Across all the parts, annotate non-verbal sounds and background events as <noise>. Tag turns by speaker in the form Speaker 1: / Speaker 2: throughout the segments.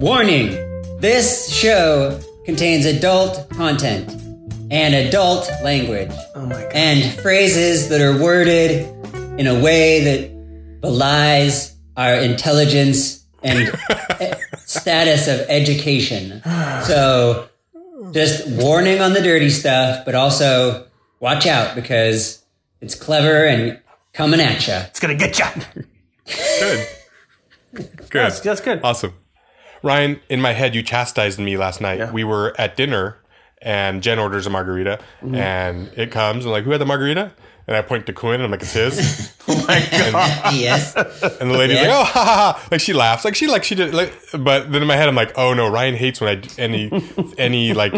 Speaker 1: Warning! This show contains adult content and adult language
Speaker 2: Oh my god.
Speaker 1: and phrases that are worded in a way that belies our intelligence and e- status of education. So, just warning on the dirty stuff, but also watch out because it's clever and coming at you.
Speaker 2: It's gonna get you.
Speaker 3: Good. Good.
Speaker 2: That's, that's good.
Speaker 3: Awesome. Ryan, in my head, you chastised me last night. We were at dinner and Jen orders a margarita
Speaker 2: Mm-hmm.
Speaker 3: and it comes and like, who had the margarita? And I point to Quinn and I'm like,
Speaker 2: <laughs>
Speaker 3: it's his.
Speaker 1: yes.
Speaker 3: And the lady's
Speaker 1: Yeah.
Speaker 3: like, oh, ha, ha, ha. Like she laughs. Like she, like she did. Like, but then in my head, I'm like, oh no, Ryan hates when I, d-
Speaker 2: <laughs>
Speaker 3: any, any, like,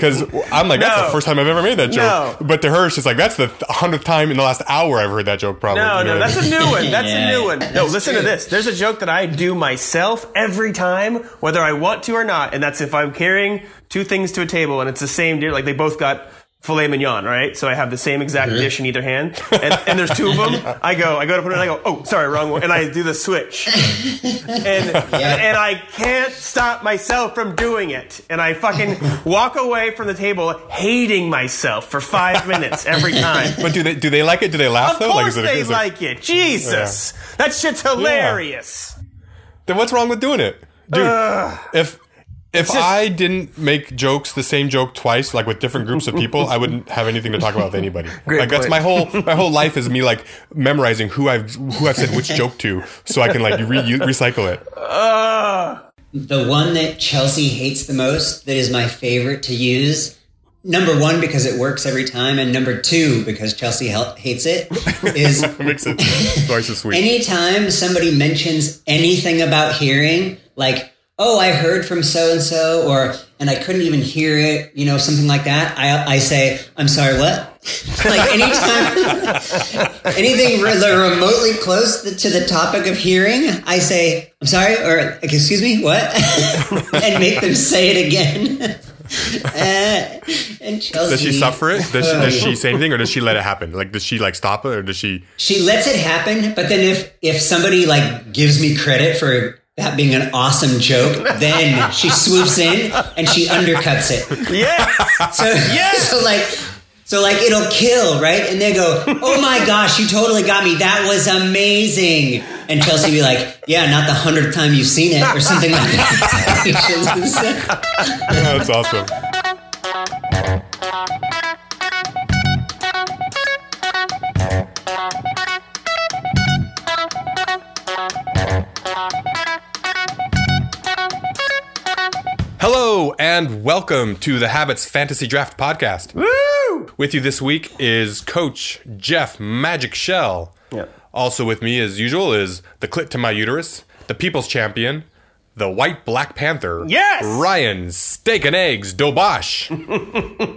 Speaker 3: cause I'm like, that's
Speaker 2: No.
Speaker 3: the first time I've ever made that joke.
Speaker 2: No.
Speaker 3: But to her, she's like, that's the th- hundredth time in the last hour I've heard that joke probably.
Speaker 2: No,
Speaker 3: You
Speaker 2: no,
Speaker 3: know what I
Speaker 2: that's
Speaker 3: mean?
Speaker 2: a
Speaker 1: <laughs>
Speaker 2: new one. That's
Speaker 1: Yeah,
Speaker 2: a new one. No,
Speaker 1: that's
Speaker 2: listen
Speaker 1: true.
Speaker 2: to this. There's a joke that I do myself every time, whether I want to or not, and that's if I'm carrying two things to a table and it's the same deer, like they both got filet mignon, right? So I have the same exact
Speaker 1: Mm-hmm.
Speaker 2: dish in either hand, and, and there's two of them. I go, I go to put it, in, I go, oh, sorry, wrong one, and I do
Speaker 1: <laughs>
Speaker 2: the switch, and and I can't stop myself from doing it, and I fucking walk away from the table hating myself for five minutes
Speaker 1: <laughs>
Speaker 2: every time.
Speaker 3: But do they, do they like it? Do they laugh
Speaker 2: Of
Speaker 3: though?
Speaker 2: course
Speaker 3: is it-
Speaker 2: they
Speaker 3: is it-
Speaker 2: like it. Jesus, that shit's hilarious.
Speaker 3: Then what's wrong with doing it, dude? if if
Speaker 2: just-
Speaker 3: I didn't make jokes the same joke twice, like with different groups of people, I wouldn't have anything to talk about
Speaker 2: <laughs>
Speaker 3: with anybody. like that's
Speaker 2: point.
Speaker 3: my whole my whole life is me like memorizing who I've who I've said which joke to, so I can like re- recycle it. Uh,
Speaker 1: The one that Chelsea hates the most that is my favorite to use. Number one, because it works every time, and number two, because Chelsea hel- hates it, is
Speaker 3: Makes it twice as sweet.
Speaker 1: anytime somebody mentions anything about hearing, like, oh, I heard from so and so, or, and I couldn't even hear it, you know, something like that, I, I say, I'm sorry, what? <laughs> like, anytime <laughs> anything re- the remotely close th- to the topic of hearing, I say, I'm sorry, or, like, excuse me, what? <laughs> and make them say it again. <laughs> Uh, and Chelsea.
Speaker 3: Does she suffer it? Does she,
Speaker 1: Oh,
Speaker 3: does
Speaker 1: yeah.
Speaker 3: she say anything, or does she let it happen? Like, does she like stop it, or does she?
Speaker 1: she lets it happen but then if if somebody like gives me credit for that being an awesome joke then she swoops in and she undercuts it <laughs>
Speaker 3: <laughs>
Speaker 2: Yes,
Speaker 1: so, so like so like it'll kill right and they go oh my gosh you totally got me that was amazing and chelsea be like yeah not the hundredth time you've seen it or something like <laughs> that
Speaker 3: Yeah, that's awesome. Hello and welcome to the Habits Fantasy Draft Podcast.
Speaker 2: woo!
Speaker 3: With you this week is Coach Jeff Magic Shell.
Speaker 2: Yep.
Speaker 3: Also with me, as usual, is the clit to my uterus, the People's Champion, the White Black Panther.
Speaker 2: Yes!
Speaker 3: Ryan Steak and Eggs Dobosh.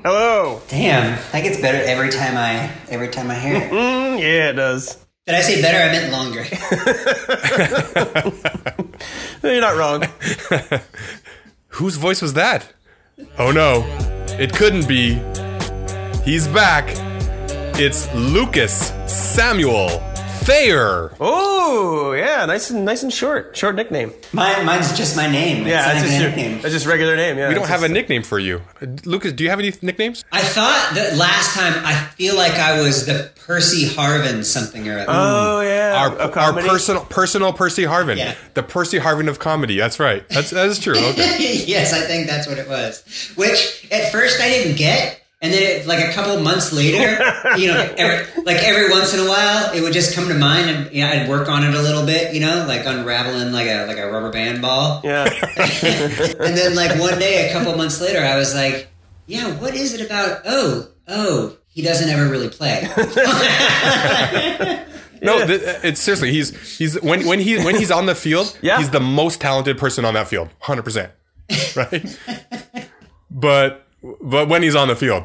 Speaker 2: Hello.
Speaker 1: damn that gets better every time i every time i hear it
Speaker 2: Mm, yeah, it does.
Speaker 1: did i say better i meant longer
Speaker 2: No, You're not
Speaker 3: <laughs>
Speaker 2: wrong.
Speaker 3: Whose voice was that? Oh no, it couldn't be. He's back. It's Lucas Samuel Thayer.
Speaker 2: Oh, yeah, nice and nice and short. Short nickname.
Speaker 1: Mine, mine's just <laughs> my name
Speaker 2: Yeah,
Speaker 1: it's
Speaker 2: that's
Speaker 1: not
Speaker 2: just
Speaker 1: even a
Speaker 2: your,
Speaker 1: nickname.
Speaker 2: that's just regular name. Yeah,
Speaker 3: We don't have a nickname for you. Uh, Lucas, do you have any nicknames?
Speaker 1: I thought that last time I feel like I was the Percy Harvin something or other.
Speaker 2: Oh yeah,
Speaker 3: our,
Speaker 2: a
Speaker 3: our
Speaker 2: comedy.
Speaker 3: personal personal Percy Harvin,
Speaker 1: Yeah.
Speaker 3: the Percy Harvin of comedy. That's right. That's that is true.
Speaker 2: <laughs>
Speaker 3: Okay.
Speaker 1: <laughs> yes, I think that's what it was. Which at first I didn't get, and then it, like a couple months later, you know, every, like every once in a while, it would just come to mind, and you know, I'd work on it a little bit, you know, like unraveling like a like a rubber band ball.
Speaker 3: <laughs>
Speaker 2: Yeah,
Speaker 1: and then like one day a couple months later i was like yeah what is it about oh oh he doesn't ever really play
Speaker 3: No, th- uh, it's seriously. He's he's when when he when he's on the field,
Speaker 2: <laughs> Yeah.
Speaker 3: he's the most talented person on that field, hundred percent, right? but but when he's on the field,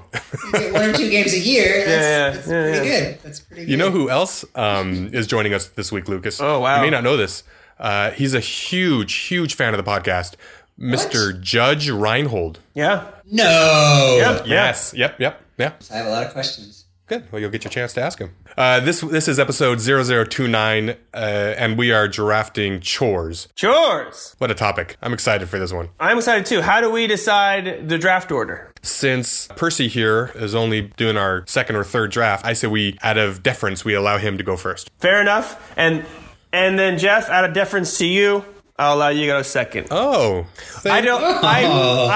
Speaker 3: <laughs>
Speaker 1: one or two games a year
Speaker 2: yeah,
Speaker 1: that's, that's
Speaker 2: yeah,
Speaker 1: pretty good that's pretty good
Speaker 3: you know who else um, is joining us this week, Lucas?
Speaker 2: Oh, wow.
Speaker 3: you may not know this. Uh, he's a huge huge fan of the podcast, Mister Judge Reinhold.
Speaker 2: yeah,
Speaker 1: no
Speaker 2: yeah.
Speaker 3: Yes. Yep. Yep. Yeah.
Speaker 1: i have a lot of questions
Speaker 3: Good. Well, you'll get your chance to ask him. Uh, this this is episode 0029, uh, and we are drafting chores.
Speaker 2: Chores.
Speaker 3: What a topic. I'm excited for this one.
Speaker 2: I'm excited too. How do we decide the draft order?
Speaker 3: Since Percy here is only doing our second or third draft, I say we, out of deference, we allow him to go first.
Speaker 2: Fair enough. And and then Jeff, out of deference to you, I'll allow you to go second.
Speaker 3: Oh.
Speaker 2: I don't <laughs> I,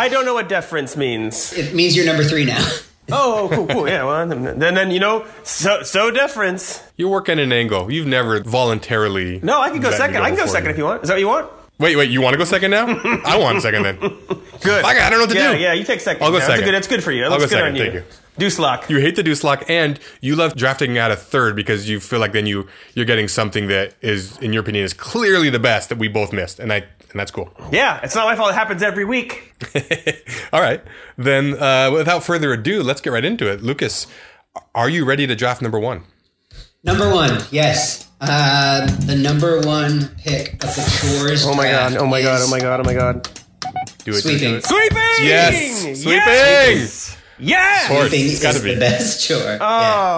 Speaker 2: I don't know what deference means.
Speaker 1: It means you're number three now. <laughs>
Speaker 2: Oh, cool, cool. <laughs> Yeah, well, then then you know, so so deference.
Speaker 3: You work at an angle. You've never voluntarily.
Speaker 2: No, I can go
Speaker 3: let me
Speaker 2: second. I can go
Speaker 3: before
Speaker 2: second
Speaker 3: you.
Speaker 2: if you want. Is that what you want?
Speaker 3: Wait, wait. You want to go
Speaker 2: <laughs>
Speaker 3: second now? I want second then.
Speaker 2: Good.
Speaker 3: Fuck, I don't know what to
Speaker 2: yeah,
Speaker 3: do.
Speaker 2: Yeah, you take second.
Speaker 3: I'll go
Speaker 2: Yeah, That's,
Speaker 3: second.
Speaker 2: a good, that's good for you. That
Speaker 3: I'll
Speaker 2: looks
Speaker 3: go
Speaker 2: good
Speaker 3: second,
Speaker 2: on you.
Speaker 3: thank you.
Speaker 2: Deuce lock.
Speaker 3: You hate the deuce lock, and you love drafting out of third because you feel like then you you're getting something that is, in your opinion, is clearly the best that we both missed, and I and that's cool.
Speaker 2: yeah, it's not my fault. It happens every week.
Speaker 3: All right, then uh, without further ado, let's get right into it. Lucas, are you ready to draft number one?
Speaker 1: number one, yes. Uh, the number one pick of the chores.
Speaker 2: Oh my god.
Speaker 1: draft
Speaker 2: Oh my god.
Speaker 1: is
Speaker 2: Oh my god. Oh my god.
Speaker 3: Do it. do it, do
Speaker 1: Sweeping.
Speaker 3: it.
Speaker 2: Sweeping.
Speaker 3: Yes. Sweeping.
Speaker 2: Yes. Yes!
Speaker 3: Of course,
Speaker 1: Sweeping
Speaker 3: it's
Speaker 1: is
Speaker 3: gotta be.
Speaker 1: the best <laughs> chore. Yeah.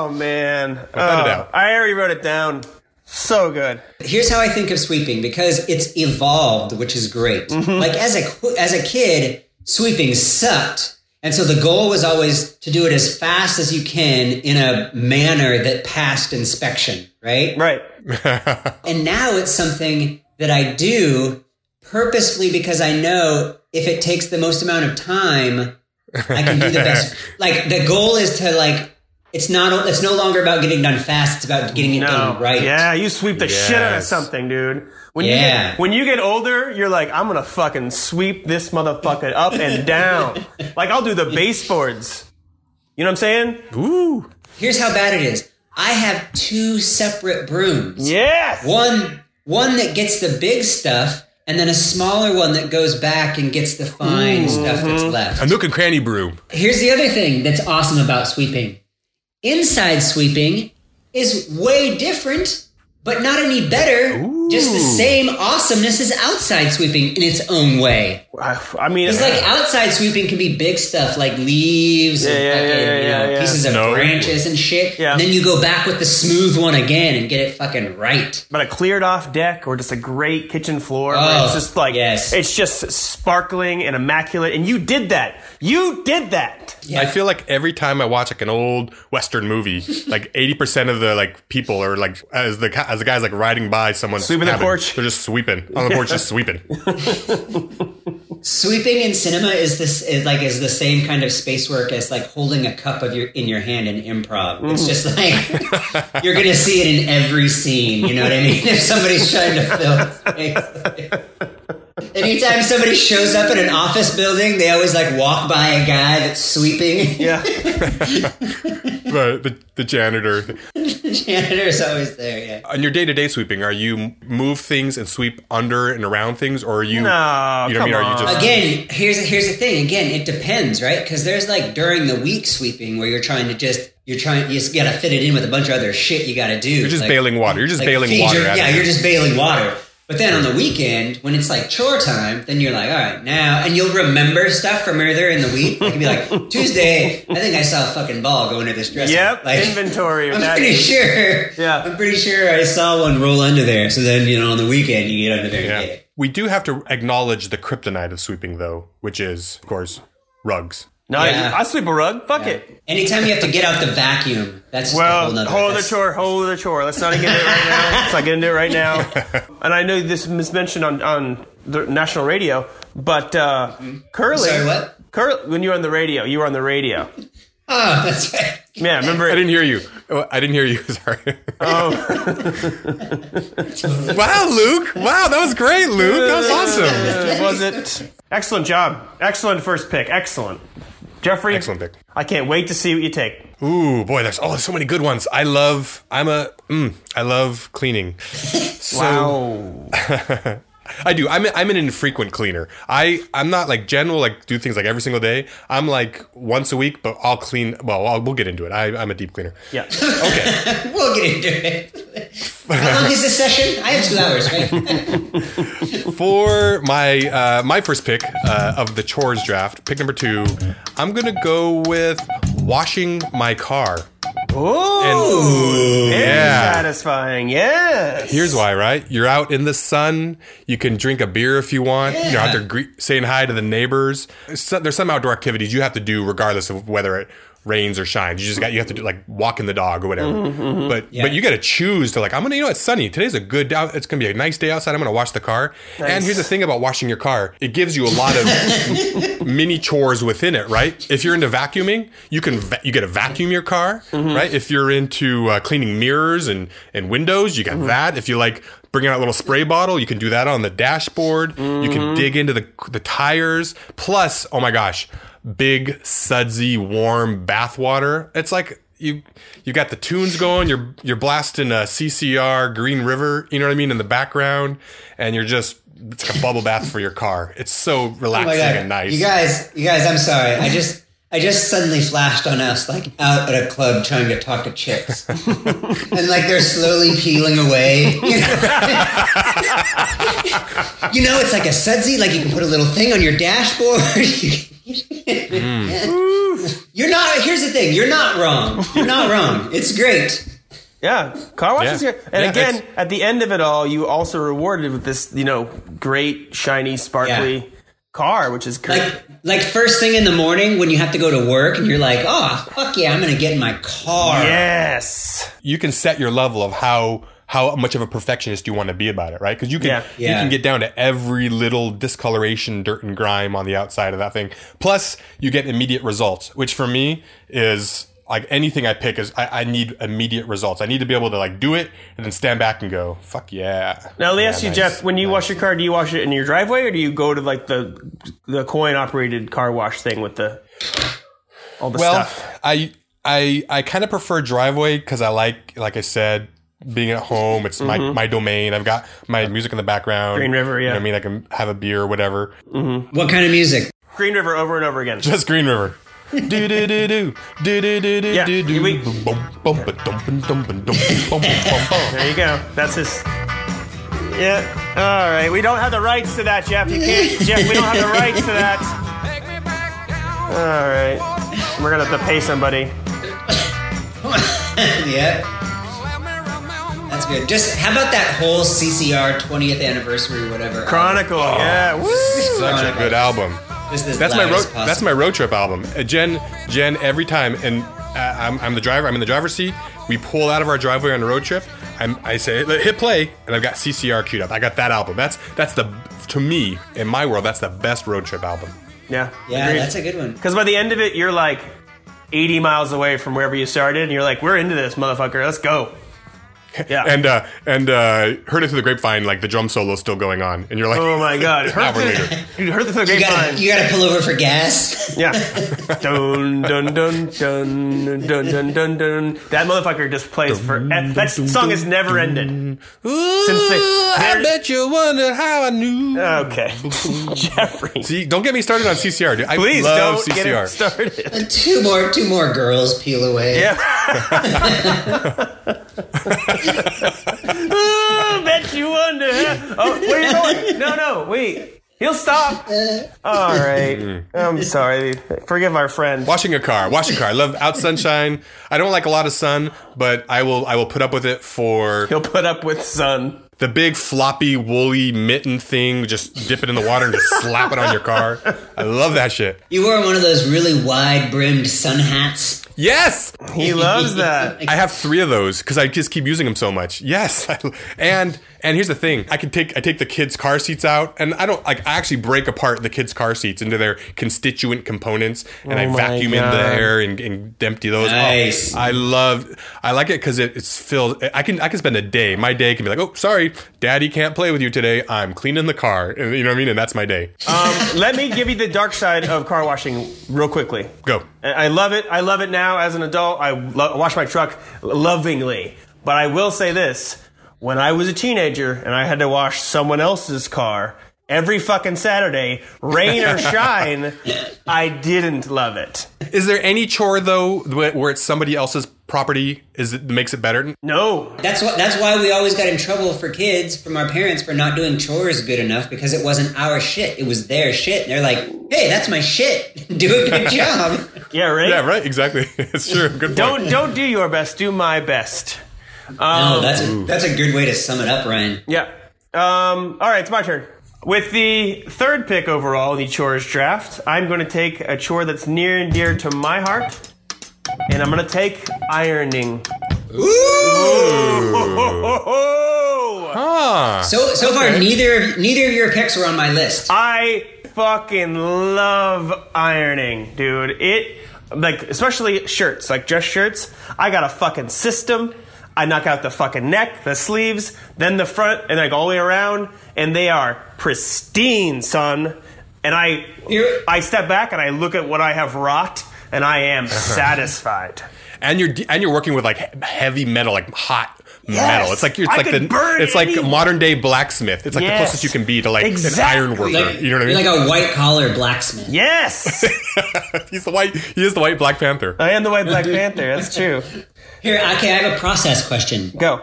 Speaker 2: Oh man.
Speaker 3: Without a
Speaker 2: Oh,
Speaker 3: doubt.
Speaker 2: I already wrote it down. So good.
Speaker 1: Here's how I think of sweeping because it's evolved, which is great.
Speaker 2: Mm-hmm.
Speaker 1: Like as a as a kid, sweeping sucked, and so the goal was always to do it as fast as you can in a manner that passed inspection, right?
Speaker 2: Right.
Speaker 1: And now it's something that I do purposefully because I know if it takes the most amount of time, I can do the
Speaker 2: <laughs>
Speaker 1: best. like the goal is to like it's not it's no longer about getting done fast, it's about getting it
Speaker 2: No.
Speaker 1: done right.
Speaker 2: Yeah, you sweep the shit out of
Speaker 3: Yes.
Speaker 2: something, dude. When you
Speaker 1: Yeah.
Speaker 2: get, when you get older, you're like, I'm gonna fucking sweep this motherfucker
Speaker 1: <laughs>
Speaker 2: up and down. like I'll do the baseboards. You know what I'm saying?
Speaker 3: Ooh.
Speaker 1: Here's how bad it is. I have two separate brooms.
Speaker 2: Yes.
Speaker 1: One one that gets the big stuff and then a smaller one that goes back and gets the fine stuff that's left.
Speaker 3: A nook and cranny brew.
Speaker 1: Here's the other thing that's awesome about sweeping. Inside sweeping is way different, but not any better. Just the same awesomeness as outside sweeping in its own way.
Speaker 2: I, I mean,
Speaker 1: It's like outside sweeping can be big stuff like leaves and
Speaker 2: Yeah, yeah,
Speaker 1: fucking,
Speaker 2: yeah, yeah,
Speaker 1: you know,
Speaker 2: yeah, yeah.
Speaker 1: pieces of
Speaker 3: Snow.
Speaker 1: branches and shit.
Speaker 2: Yeah.
Speaker 1: And then you go back with the smooth one again and get it fucking right.
Speaker 2: <sighs> but a cleared off deck or just a great kitchen floor where
Speaker 1: Oh,
Speaker 2: it's just like
Speaker 1: yes.
Speaker 2: it's just sparkling and immaculate and you did that you did that
Speaker 1: Yeah.
Speaker 3: I feel like every time I watch like an old Western movie, like eighty percent of the like people are like as the as the guys like riding by someone's
Speaker 2: Sweeping the
Speaker 3: cabin,
Speaker 2: porch.
Speaker 3: They're just sweeping on the porch, just
Speaker 2: <laughs>
Speaker 3: sweeping.
Speaker 1: Sweeping in cinema is this is like is the same kind of space work as like holding a cup of your in your hand in improv.
Speaker 2: Mm.
Speaker 1: It's just
Speaker 2: <laughs>
Speaker 1: like you're gonna see it in every scene. You know what I mean? If somebody's trying to fill space. Anytime somebody shows up at an office building, they always like walk by a guy that's sweeping. <laughs>
Speaker 2: yeah
Speaker 3: the, the the janitor
Speaker 1: The janitor's always there. Yeah.
Speaker 3: on your day to day sweeping. Are you move things and sweep under and around things, or are you?
Speaker 2: No,
Speaker 3: you know what I mean?
Speaker 2: come
Speaker 3: Are you just
Speaker 1: Again, here's here's the thing. Again, it depends, right? Because there's like during the week sweeping where you're trying to just you're trying you just gotta fit it in with a bunch of other shit you gotta do.
Speaker 3: you're just
Speaker 1: like,
Speaker 3: bailing water. You're just
Speaker 1: like,
Speaker 3: bailing
Speaker 1: feed
Speaker 3: water.
Speaker 1: your-
Speaker 3: out of
Speaker 1: yeah,
Speaker 3: it.
Speaker 1: you're just bailing water. But then on the weekend, when it's like chore time, then you're like, all right, now, and you'll remember stuff from earlier in the week. Like, you'll be like,
Speaker 3: <laughs>
Speaker 1: Tuesday, I think I saw a fucking ball go into this dresser. <laughs>
Speaker 2: yep
Speaker 1: Like,
Speaker 2: inventory of
Speaker 1: I'm <laughs>
Speaker 2: that
Speaker 1: pretty
Speaker 2: is-
Speaker 1: sure.
Speaker 2: Yeah.
Speaker 1: I'm pretty sure I saw one roll under there. So then, you know, on the weekend, you get under there and
Speaker 3: Yeah.
Speaker 1: get it.
Speaker 3: We do have to acknowledge the kryptonite of sweeping, though, which is, of course, rugs.
Speaker 2: no
Speaker 1: Yeah.
Speaker 2: I, I sweep a rug fuck it
Speaker 1: Anytime you have to get out the vacuum, that's just a
Speaker 2: well
Speaker 1: whole nother.
Speaker 2: whole other
Speaker 1: that's-
Speaker 2: chore whole other chore let's not get into it right now let's not get into it right now and I know this was mentioned on on the national radio but uh curly
Speaker 1: Sorry, what?
Speaker 2: curly when you were on the radio you were on the radio
Speaker 1: Oh, that's right. <laughs>
Speaker 2: yeah remember
Speaker 3: I didn't hear you. Oh, I didn't hear you. <laughs> Sorry. Oh. <laughs> wow, Luke. Wow, that was great, Luke. That
Speaker 2: <laughs>
Speaker 3: was awesome.
Speaker 2: Uh, was it? Excellent job. Excellent first pick. Excellent. Jeffrey.
Speaker 3: Excellent pick.
Speaker 2: I can't wait to see what you take.
Speaker 3: Ooh, boy, there's oh, there's so many good ones. I love. I'm a. Mm, I love cleaning. So,
Speaker 2: Wow.
Speaker 3: I do. I'm, I'm an infrequent cleaner. I, I'm not like general, like do things like every single day. I'm like once a week, but I'll clean. Well, I'll, we'll get into it. I, I'm a deep cleaner.
Speaker 2: Yeah.
Speaker 3: Okay.
Speaker 1: We'll get into it. How long is this session? I have two hours, right?
Speaker 3: for my uh, my first pick uh, of the chores draft, pick number two, I'm gonna go with washing my car.
Speaker 2: Ooh, Oh. very
Speaker 3: yeah.
Speaker 2: satisfying. Yes.
Speaker 3: Here's why, right? You're out in the sun. You can drink a beer if you want. You're out there gre- saying hi to the neighbors. So, there's some outdoor activities you have to do regardless of whether it rains or shines. You just got you have to do like walking the dog or whatever. But but you got to choose to like I'm gonna you know it's sunny today's a good out. It's gonna be a nice day outside. I'm gonna wash the car. And here's the thing about washing your car: it gives you a lot of mini chores within it, right? If you're into vacuuming, you can va- you get to vacuum your car, right? If you're into uh, cleaning mirrors and and windows, you got that. If you like bringing out a little spray bottle, you can do that on the dashboard. You can dig into the the tires. Plus, oh my gosh, big sudsy warm bath water. It's like you you got the tunes going. You're you're blasting a CCR Green River. You know what I mean in the background, and you're just. It's like a bubble bath for your car. It's so
Speaker 1: Oh my
Speaker 3: relaxing
Speaker 1: God.
Speaker 3: and nice.
Speaker 1: You guys, you guys, I'm sorry. I just, I just suddenly flashed on us like out at a club trying to talk to chicks,
Speaker 3: <laughs>
Speaker 1: and like they're slowly peeling away. You know, <laughs> You know, it's like a sudsy. Like you can put a little thing on your dashboard. <laughs>
Speaker 3: Mm.
Speaker 1: You're not. Here's the thing. You're not wrong. You're not wrong. It's great.
Speaker 2: Yeah, car wash
Speaker 3: Yeah.
Speaker 2: is here. And
Speaker 3: Yeah,
Speaker 2: again,
Speaker 3: it's-
Speaker 2: at the end of it all, you also rewarded with this, you know, great shiny, sparkly
Speaker 1: Yeah.
Speaker 2: car, which is great.
Speaker 1: Like, like first thing in the morning when you have to go to work and you're like, oh fuck yeah, I'm gonna get in my car.
Speaker 2: yes,
Speaker 3: you can set your level of how how much of a perfectionist you want to be about it, right? Because you can
Speaker 2: Yeah.
Speaker 3: you
Speaker 1: Yeah.
Speaker 3: can get down to every little discoloration, dirt and grime on the outside of that thing. Plus, you get immediate results, which for me is like anything I pick is I, I need immediate results. I need to be able to like do it and then stand back and go, "Fuck yeah!"
Speaker 2: Now let me ask you,
Speaker 3: Yeah, nice.
Speaker 2: Jeff. When you wash your car, do you wash it in your driveway, or do you go to like the the coin operated car wash thing with the all the
Speaker 3: well,
Speaker 2: stuff?
Speaker 3: I I I kind of prefer driveway because I like like I said being at home. It's my my domain. I've got my music in the background.
Speaker 2: Mm-hmm. Green River,
Speaker 3: You know
Speaker 2: yeah.
Speaker 3: what I mean, I can have a beer or whatever. <laughs>
Speaker 1: What kind of music?
Speaker 2: Green River over and over again.
Speaker 3: Just Green River. do do do do do do do do do
Speaker 2: Yeah,
Speaker 3: do do.
Speaker 2: we-
Speaker 3: Bum, bum, bum, ba, dum, bum, dum, bum, dum, bum, bum, bum, bum.
Speaker 2: <laughs> There you go. That's his. Yeah. All right. We don't have the rights to that, Jeff. You can't, Jeff. We don't have the rights to that.
Speaker 4: Take me back down.
Speaker 2: All right. We're gonna have to pay somebody.
Speaker 1: yeah,
Speaker 4: Let me remember.
Speaker 1: that's good. Just how about that whole CCR 20th anniversary, whatever?
Speaker 2: Chronicle. Yeah. Woo.
Speaker 3: Such a good album.
Speaker 1: Just as
Speaker 3: That's my
Speaker 1: loud
Speaker 3: road.
Speaker 1: as possible.
Speaker 3: That's my road trip album. Uh, Jen, Jen, every time, and uh, I'm, I'm the driver. I'm in the driver's seat. We pull out of our driveway on a road trip. I'm, I say, hit play, and I've got CCR queued up. I got that album. That's that's the to me in my world. That's the best road trip album.
Speaker 2: Yeah.
Speaker 1: Yeah, that's a good one.
Speaker 2: Because by the end of it, you're like 80 miles away from wherever you started, and you're like, "We're into this, motherfucker. Let's go." Yeah.
Speaker 3: <laughs> And uh, and uh, heard it through the grapevine. Like the drum solo's still going on, and you're like,
Speaker 2: oh my god.
Speaker 3: An hour later.
Speaker 2: <laughs> You heard the thing.
Speaker 1: You gotta, you gotta pull over for gas. <laughs>
Speaker 2: <laughs> Yeah. dun, dun, dun, dun, dun, dun, dun, dun. That motherfucker just plays for. That song has never ended. Since they- I bet
Speaker 3: you wondered how I
Speaker 2: <laughs>
Speaker 3: knew.
Speaker 2: Okay. Jeffrey.
Speaker 3: See, don't get me started on CCR, dude. I
Speaker 2: Please
Speaker 3: love
Speaker 2: don't
Speaker 3: CCR.
Speaker 2: get it <laughs> started.
Speaker 1: two more, two more girls peel away.
Speaker 2: Yeah. Ooh, bet you wonder. huh? Oh, where you going? No, no, wait. He'll stop. All right. I'm sorry. Forgive our friend.
Speaker 3: Washing a car, washing a car. I love out sunshine. I don't like a lot of sun, but I will. I will put up with it for
Speaker 2: He'll put up with sun.
Speaker 3: the big floppy woolly mitten thing. Just dip it in the water and just slap it on your car. I love that shit.
Speaker 1: You wore one of those really wide brimmed sun hats.
Speaker 3: Yes,
Speaker 2: He loves <laughs> that.
Speaker 3: I have three of those because I just keep using them so much. Yes, <laughs> and and here's the thing: I can take I take the kids' car seats out, and I don't like I actually break apart the kids' car seats into their constituent components, and I
Speaker 2: Oh my
Speaker 3: vacuum in the
Speaker 2: God.
Speaker 3: air and, and empty those. Oh,
Speaker 1: Nice.
Speaker 3: I love I like it because it, it's filled. I can I can spend a day. My day can be like, oh, sorry, Daddy can't play with you today. I'm cleaning the car. And, you know what I mean? And that's my day.
Speaker 2: Um, let me give you the dark side of car washing real quickly.
Speaker 3: Go.
Speaker 2: And I love it. I love it now as an adult. I lo- wash my truck lovingly. But I will say this when I was a teenager and I had to wash someone else's car every fucking Saturday, rain
Speaker 3: <laughs>
Speaker 2: or shine, I didn't love it.
Speaker 3: Is there any chore though wh- where it's somebody else's property? Is it makes it better?
Speaker 2: No.
Speaker 1: That's what. That's why we always got in trouble for kids from our parents for not doing chores good enough because <laughs>
Speaker 3: <laughs>
Speaker 1: it wasn't our shit. It was their shit. And they're like, "Hey, that's my shit. Do a good job."
Speaker 2: Yeah, right.
Speaker 3: Yeah, right. Exactly. <laughs> It's true. Good point.
Speaker 2: Don't don't do your best. Do my best.
Speaker 3: Oh.
Speaker 1: No, that's a, that's a good way to sum it up, Ryan.
Speaker 2: Yeah. Um, all right, it's my turn. With the third pick overall in the chores draft, I'm going to take a chore that's near and dear to my heart, and I'm going to take ironing. <laughs> Oh,
Speaker 3: Ah.
Speaker 1: So so far, neither of neither of your picks were on my
Speaker 3: Uh,
Speaker 1: list.
Speaker 2: I fucking love ironing, dude. It like especially shirts, like dress shirts. I got a fucking system. I knock out the fucking neck, the sleeves, then the front, and like all the way around, and they are pristine, son. And I
Speaker 1: You're-
Speaker 2: I step back and I look at what I have wrought, and I am satisfied.
Speaker 3: and you're and you're working with like he- heavy metal, like hot metal. It's like you're, it's
Speaker 2: I
Speaker 3: like
Speaker 2: could
Speaker 3: the
Speaker 2: burn
Speaker 3: it's like
Speaker 2: any-
Speaker 3: modern day blacksmith. It's like
Speaker 2: Yes.
Speaker 3: the closest you can be to like
Speaker 2: Exactly.
Speaker 3: an iron worker.
Speaker 1: Like,
Speaker 3: you know what I
Speaker 1: you're
Speaker 3: mean?
Speaker 1: like a white collar blacksmith.
Speaker 2: Yes,
Speaker 3: <laughs> he's the white. He is the white Black Panther.
Speaker 2: I am the white Black Panther. That's true.
Speaker 1: Here, okay, I have a process question.
Speaker 2: Go.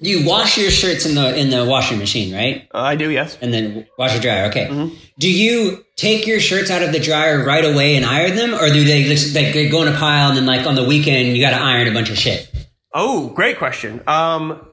Speaker 1: You wash your shirts in the in the washing machine, right?
Speaker 2: Uh, I do. Yes.
Speaker 1: and then wash or dryer. Okay.
Speaker 3: Mm-hmm.
Speaker 1: Do you take your shirts out of the dryer right away and iron them, or do they just like they go in a pile and then like on the weekend you got to iron a bunch of shit?
Speaker 2: Oh, great question. Um,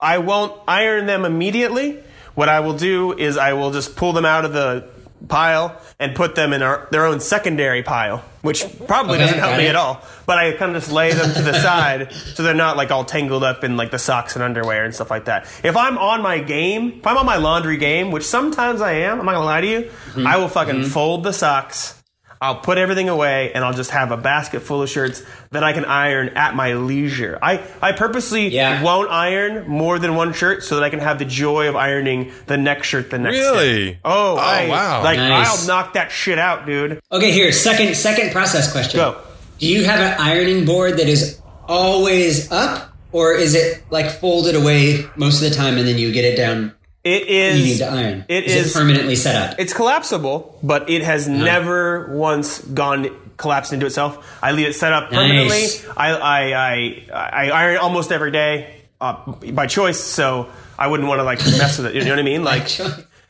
Speaker 2: I won't iron them immediately. What I will do is I will just pull them out of the pile and put them in our, their own secondary pile, which probably
Speaker 1: Okay,
Speaker 2: doesn't help
Speaker 1: got
Speaker 2: me
Speaker 1: it.
Speaker 2: at all. But I kind of just lay them to the side so they're not like all tangled up in like the socks and underwear and stuff like that. If I'm on my game, if I'm on my laundry game, which sometimes I am, I'm not gonna lie to you,
Speaker 1: Mm-hmm.
Speaker 2: I will fucking fold the socks. I'll put everything away and I'll just have a basket full of shirts that I can iron at my leisure. I, I purposely
Speaker 1: Yeah.
Speaker 2: won't iron more than one shirt so that I can have the joy of ironing the next shirt the next day.
Speaker 3: Really?
Speaker 2: Oh, I-
Speaker 3: wow.
Speaker 2: Like
Speaker 1: Nice.
Speaker 2: I'll knock that shit out, dude.
Speaker 1: Okay, here second second process question.
Speaker 2: Go.
Speaker 1: Do you have an ironing board that is always up, or is it like folded away most of the time and then you get it down?
Speaker 2: It is
Speaker 1: You need to iron.
Speaker 2: It
Speaker 1: is, it
Speaker 2: is-
Speaker 1: permanently set up.
Speaker 2: It's collapsible, but it has never once gone collapsed into itself. I leave it set up permanently.
Speaker 1: Nice.
Speaker 2: I, I, I I iron almost every day uh, by choice, so I wouldn't want to like mess with it. You know what I mean? Like,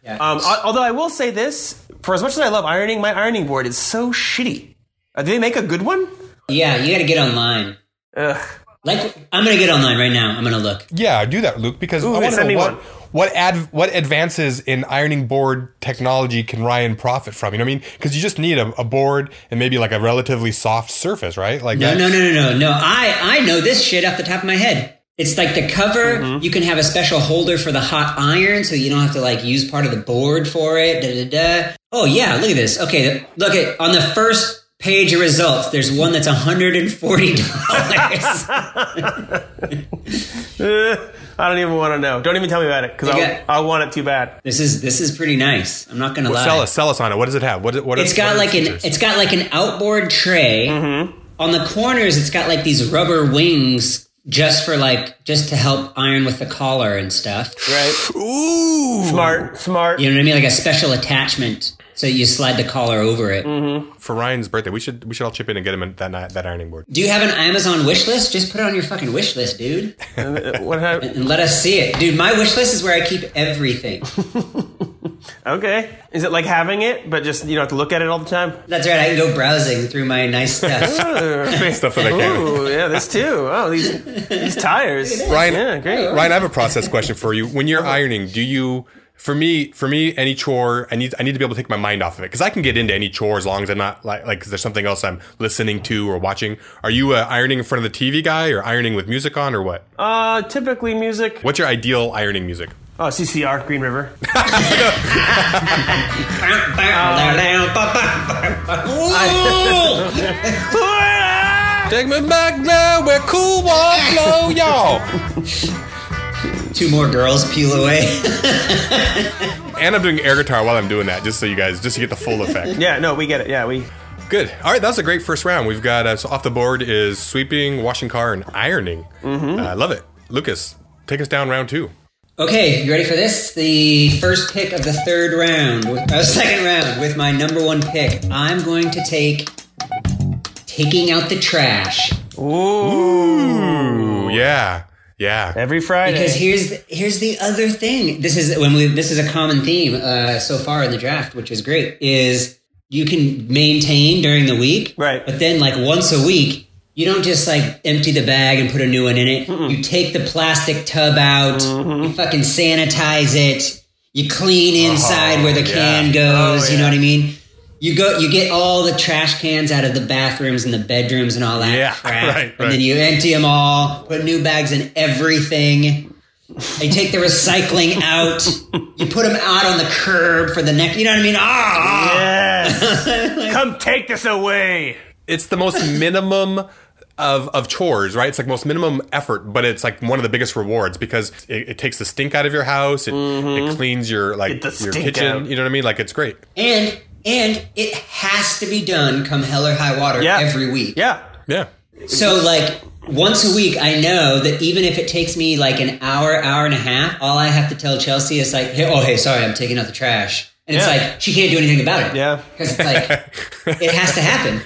Speaker 1: yeah.
Speaker 2: um, al- although I will say this: for as much as I love ironing, my ironing board is so shitty. Uh, do they make a good one?
Speaker 1: yeah, you got to get online.
Speaker 2: Ugh.
Speaker 1: Like I'm gonna get online right now. I'm gonna look.
Speaker 3: Yeah, do that, Luke, because I
Speaker 2: hey,
Speaker 3: want to
Speaker 2: send me
Speaker 3: know what
Speaker 2: one.
Speaker 3: what ad, what advances in ironing board technology can Ryan profit from. You know what I mean? Because you just need a, a board and maybe like a relatively soft surface, right? Like
Speaker 1: No,
Speaker 3: that-
Speaker 1: no, no, no, no, no. I I know this shit off the top of my head. It's like the cover.
Speaker 2: Mm-hmm.
Speaker 1: You can have a special holder for the hot iron, so you don't have to like use part of the board for it. Da da da. Oh yeah, look at this. Okay, look at on the first page of results. There's one that's 140 dollars.
Speaker 2: <laughs> Ugh. Eh, I don't even want to know. Don't even tell me about it because
Speaker 1: Okay.
Speaker 2: I want it too bad.
Speaker 1: this is this is pretty nice. I'm not gonna lie.
Speaker 3: Sell us, sell us on it. What does it have? What, what
Speaker 1: It's got like an it's got like an outboard tray. On the corners, it's got like these rubber wings just for like just to help iron with the collar and stuff.
Speaker 2: Right?
Speaker 3: ooh
Speaker 2: Smart, smart.
Speaker 1: You know what I mean? Like a special attachment. So you slide the collar over it.
Speaker 3: for Ryan's birthday. We should we should all chip in and get him that ni- that ironing board.
Speaker 1: Do you have an Amazon wish list? Just put it on your fucking wish list, dude.
Speaker 2: Uh, What hap-
Speaker 1: And let us see it. Dude, my wish list is where I keep everything.
Speaker 2: Okay. Is it like having it, but just you don't have to look at it all the time?
Speaker 1: That's right. I can go browsing through my nice stuff.
Speaker 3: Stuff that I can.
Speaker 2: Ooh, yeah, this too. Oh, these these tires.
Speaker 3: Ryan,
Speaker 2: Yeah, great.
Speaker 3: Ryan, I have a process question for you. When you're ironing, do you? For me, for me, any chore, I need I need to be able to take my mind off of it because I can get into any chore as long as I'm not like like 'cause there's something else I'm listening to or watching. Are you uh, ironing in front of the TV guy or ironing with music on or what?
Speaker 2: Uh, typically music.
Speaker 3: What's your ideal ironing music?
Speaker 2: Oh, CCR, Green River. <laughs>
Speaker 1: Ooh!
Speaker 3: Take me back now where cool water flow, y'all.
Speaker 1: Two more girls peel away.
Speaker 3: And I'm doing air guitar while I'm doing that, just so you guys, just to get the full effect.
Speaker 2: yeah, no, we get it. Yeah, we.
Speaker 3: Good. All right, that was a great first round. We've got uh, so off the board is sweeping, washing car, and ironing.
Speaker 2: Mm-hmm.
Speaker 3: Uh, I love it. Lucas, take us down round two.
Speaker 1: Okay, you ready for this? The first pick of the third round, uh, second round, with my number one pick, I'm going to take taking out the trash
Speaker 3: Ooh, yeah, yeah.
Speaker 2: Every Friday.
Speaker 1: because here's the, here's the other thing. This is when we this is a common theme uh, so far in the draft, which is great. Is you can maintain during the week.
Speaker 2: Right.
Speaker 1: But then like once a week, you don't just like empty the bag and put a new one in it. You take the plastic tub out,
Speaker 2: Mm-hmm.
Speaker 1: you fucking sanitize it, you clean inside
Speaker 3: Oh,
Speaker 1: where the
Speaker 3: yeah.
Speaker 1: can goes,
Speaker 2: Oh,
Speaker 1: you know
Speaker 2: yeah.
Speaker 1: what I mean? You go you get all the trash cans out of the bathrooms and the bedrooms and all that
Speaker 2: <laughs>
Speaker 3: Yeah,
Speaker 1: crap.
Speaker 3: right,
Speaker 1: And
Speaker 3: right.
Speaker 1: then you empty them all, put new bags in everything. They take the recycling out. You put them out on the curb for the next. You know what I mean? Ah, <laughs>
Speaker 2: Yes. Come take this away.
Speaker 3: it's
Speaker 2: <laughs>
Speaker 3: the most minimum of of chores, right? It's like most minimum effort, but it's like one of the biggest rewards because it, it takes the stink out of your house. It, it cleans your like
Speaker 2: Mm-hmm. Get the
Speaker 3: your
Speaker 2: stink
Speaker 3: kitchen.
Speaker 2: out.
Speaker 3: You know what I mean? Like it's great.
Speaker 1: and and it has to be done come hell or high water
Speaker 2: Yeah.
Speaker 1: every week.
Speaker 2: Yeah.
Speaker 3: Yeah.
Speaker 1: So like once a week, I know that even if it takes me like an hour, hour and a half, all I have to tell Chelsea is like, hey, "Oh, hey, sorry, I'm taking out the trash," and it's
Speaker 2: Yeah.
Speaker 1: like she can't do anything about it.
Speaker 2: Yeah.
Speaker 1: because it's
Speaker 2: <laughs>
Speaker 1: like it has to happen.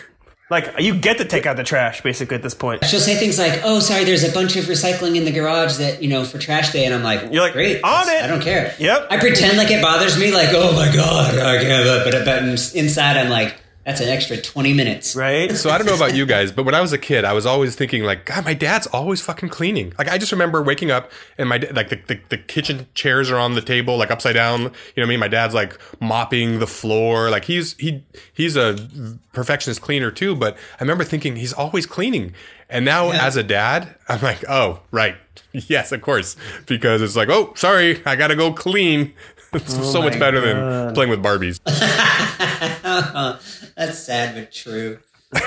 Speaker 2: Like you get to take out the trash basically at this point.
Speaker 1: She'll say things like, "Oh, sorry, there's a bunch of recycling in the garage that you know for trash day," and I'm like,
Speaker 2: You're like,
Speaker 1: great,
Speaker 2: "On it."
Speaker 1: I don't care."
Speaker 2: Yep.
Speaker 1: I pretend like it bothers me, like, "Oh my god, I can't," but but inside, I'm like, "That's an extra twenty minutes."
Speaker 2: Right?
Speaker 3: So I don't know about you guys, but when I was a kid, I was always thinking like, God, my dad's always fucking cleaning. Like I just remember waking up and my da- like the, the, the kitchen chairs are on the table like upside down. You know what I mean? My dad's like mopping the floor. Like he's he he's a perfectionist cleaner too. But I remember thinking he's always cleaning. And now as a dad, I'm like, oh right, <laughs> yes, of course, because it's like, oh sorry, I gotta go clean. <laughs> It's so much better than playing with Barbies.
Speaker 1: That's sad but true. <laughs>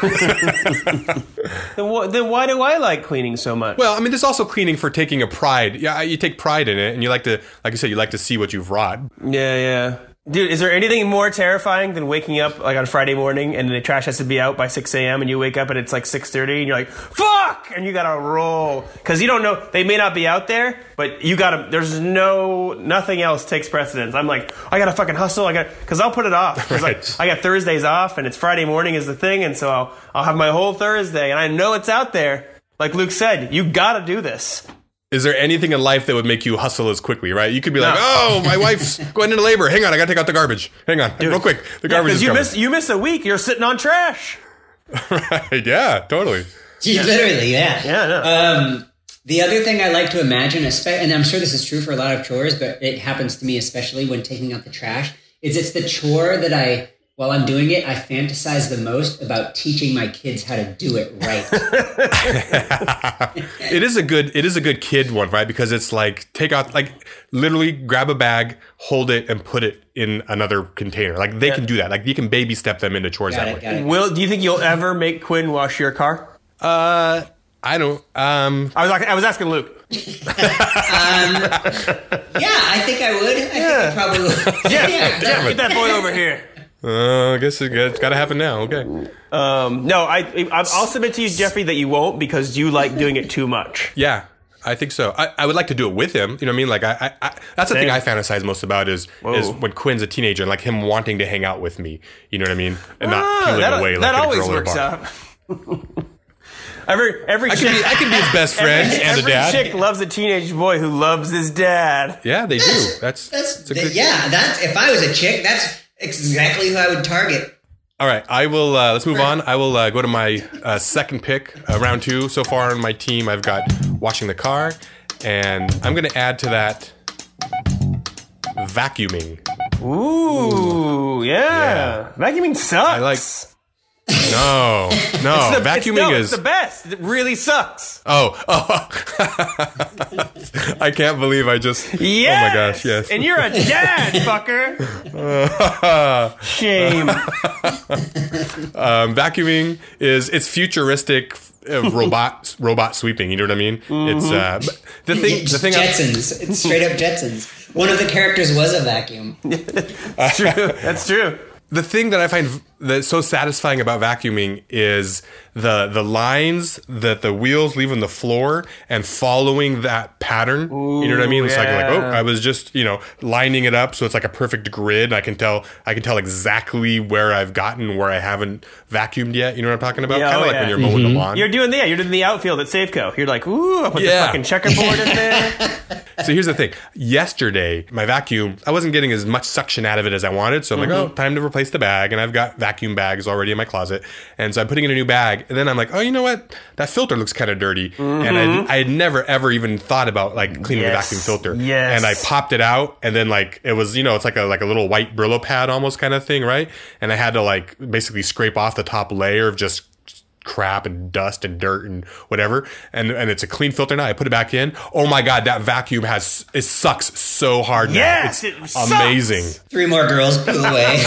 Speaker 2: Then, wh- then why do I like cleaning so much?
Speaker 3: Well, I mean, there's also cleaning for taking a pride. Yeah, you take pride in it, and you like to, like you said, you like to see what you've wrought.
Speaker 2: Yeah, yeah. Dude, is there anything more terrifying than waking up like on Friday morning and the trash has to be out by 6 a.m. and you wake up and it's like 6:30 and you're like, "Fuck!" and you gotta roll because you don't know they may not be out there, but you gotta. There's no nothing else takes precedence. I'm like, I gotta fucking hustle. I got because I'll put it off. 'Cause, like,
Speaker 3: Right.
Speaker 2: I got Thursdays off and it's Friday morning is the thing, and so I'll I'll have my whole Thursday and I know it's out there. Like Luke said, you gotta do this.
Speaker 3: Is there anything in life that would make you hustle as quickly? Right? You could be like,
Speaker 2: No.
Speaker 3: oh,
Speaker 2: <laughs>
Speaker 3: my wife's going into labor. Hang on, I gotta take out the garbage. Hang on, real quick, the garbage
Speaker 2: Because
Speaker 3: is
Speaker 2: you
Speaker 3: coming.
Speaker 2: miss you miss a week, you're sitting on trash.
Speaker 3: <laughs> yeah, totally.
Speaker 1: You Literally, yeah.
Speaker 2: Yeah, no.
Speaker 1: Um, the other thing I like to imagine, espe- and I'm sure this is true for a lot of chores, but it happens to me especially when taking out the trash, is it's the chore that I, while I'm doing it, I fantasize the most about teaching my kids how to do it
Speaker 2: <laughs>
Speaker 1: right.
Speaker 3: It is a good, it is a good kid one, right? Because it's like take out, like literally grab a bag, hold it, and put it in another container. Like they can do that. Like you can baby step them into chores
Speaker 1: got
Speaker 3: that
Speaker 1: it,
Speaker 3: way.
Speaker 1: got it.
Speaker 2: Will, do you think you'll ever make Quinn wash your car?
Speaker 3: Uh, I don't. Um,
Speaker 2: I was like, I was asking
Speaker 3: <laughs>
Speaker 2: Luke.
Speaker 1: Yeah, I think I would. I think I probably
Speaker 3: <laughs>
Speaker 1: would.
Speaker 2: Yeah,
Speaker 1: yeah.
Speaker 2: get that boy over here.
Speaker 3: uh, I guess it- it's gotta happen now. Okay.
Speaker 2: Um, no, I, I- I'll submit to you, Jeffrey, that you won't because you like doing it too much.
Speaker 3: Yeah, I think so. I, I would like to do it with him. You know what I mean? Like I, I, I that's the thing I fantasize most about is is when Quinn's a teenager and like him wanting to hang out with me. You know what I mean? And <laughs> not
Speaker 2: Ah,
Speaker 3: peeling
Speaker 2: that
Speaker 3: away
Speaker 2: that
Speaker 3: like a
Speaker 2: always
Speaker 3: girl
Speaker 2: works
Speaker 3: at a bar.
Speaker 2: out. <laughs> every every
Speaker 3: I
Speaker 2: chick,
Speaker 3: could be I could be his best
Speaker 2: <laughs>
Speaker 3: friend
Speaker 2: every,
Speaker 3: and a
Speaker 2: every
Speaker 3: dad.
Speaker 2: chick loves a teenage boy who loves his dad.
Speaker 3: Yeah, they do. That's
Speaker 1: That's,
Speaker 3: it's a good,
Speaker 1: yeah, that's, if I was a chick, that's exactly who I would target.
Speaker 3: All right, I will. Uh, let's move on. I will uh, go to my uh, second pick, uh, round two. So far on my team, I've got washing the car, and I'm going to add to that vacuuming.
Speaker 2: Ooh, yeah. Vacuuming sucks.
Speaker 3: I like.
Speaker 2: <laughs>
Speaker 3: No, no,
Speaker 2: The- it's-
Speaker 3: vacuuming
Speaker 2: no,
Speaker 3: is
Speaker 2: it's the best. It really sucks.
Speaker 3: Oh, oh. I can't believe I just.
Speaker 2: Yes.
Speaker 3: Oh my gosh, yes.
Speaker 2: And you're a
Speaker 3: <laughs>
Speaker 2: dad, fucker. Shame.
Speaker 3: Um, vacuuming is it's futuristic
Speaker 2: <laughs>
Speaker 3: uh, robot robot sweeping. You know what I mean? It's uh,
Speaker 2: Mm-hmm.
Speaker 3: but the thing. The thing. I, <laughs>
Speaker 1: Jetsons. it's straight up Jetsons. One of the characters was a vacuum.
Speaker 2: That's true. That's true.
Speaker 3: the thing that I find v- that's so satisfying about vacuuming is the the lines that the wheels leave on the floor and following that pattern. you know what I mean? It's like like
Speaker 2: yeah.
Speaker 3: oh, I was just you know lining it up so it's like a perfect grid. I can tell I can tell exactly where I've gotten where I haven't vacuumed yet. You know what I'm talking about?
Speaker 2: Yeah,
Speaker 3: kind of
Speaker 2: oh,
Speaker 3: like
Speaker 2: yeah.
Speaker 3: when you're mowing the lawn.
Speaker 2: You're doing the yeah, you're doing the outfield at Safeco. You're like, ooh, I put
Speaker 3: Yeah.
Speaker 2: the fucking checkerboard in
Speaker 3: <laughs>
Speaker 2: there.
Speaker 3: So here's the thing.
Speaker 2: Mm-hmm.
Speaker 3: Yesterday, my vacuum, I wasn't getting as much suction out of it as I wanted. So I'm like, oh, time to replace the bag. And I've got vacuum bags already in my closet, and so I'm putting in a new bag, and then I'm like, oh, you know what? That filter looks kind of dirty, and I, I had never ever even thought about like cleaning
Speaker 2: Mm-hmm. Yes.
Speaker 3: the vacuum filter.
Speaker 2: Yes.
Speaker 3: and I popped it out, and then like it was you know it's like a like a little white Brillo pad almost kind of thing, right? And I had to like basically scrape off the top layer of just crap and dust and dirt and whatever and and it's a clean filter now i put it back in oh my god that vacuum has it sucks so hard now
Speaker 2: Yes,
Speaker 3: it's
Speaker 2: it sucks.
Speaker 3: amazing
Speaker 1: Three more girls blew away.
Speaker 3: <laughs>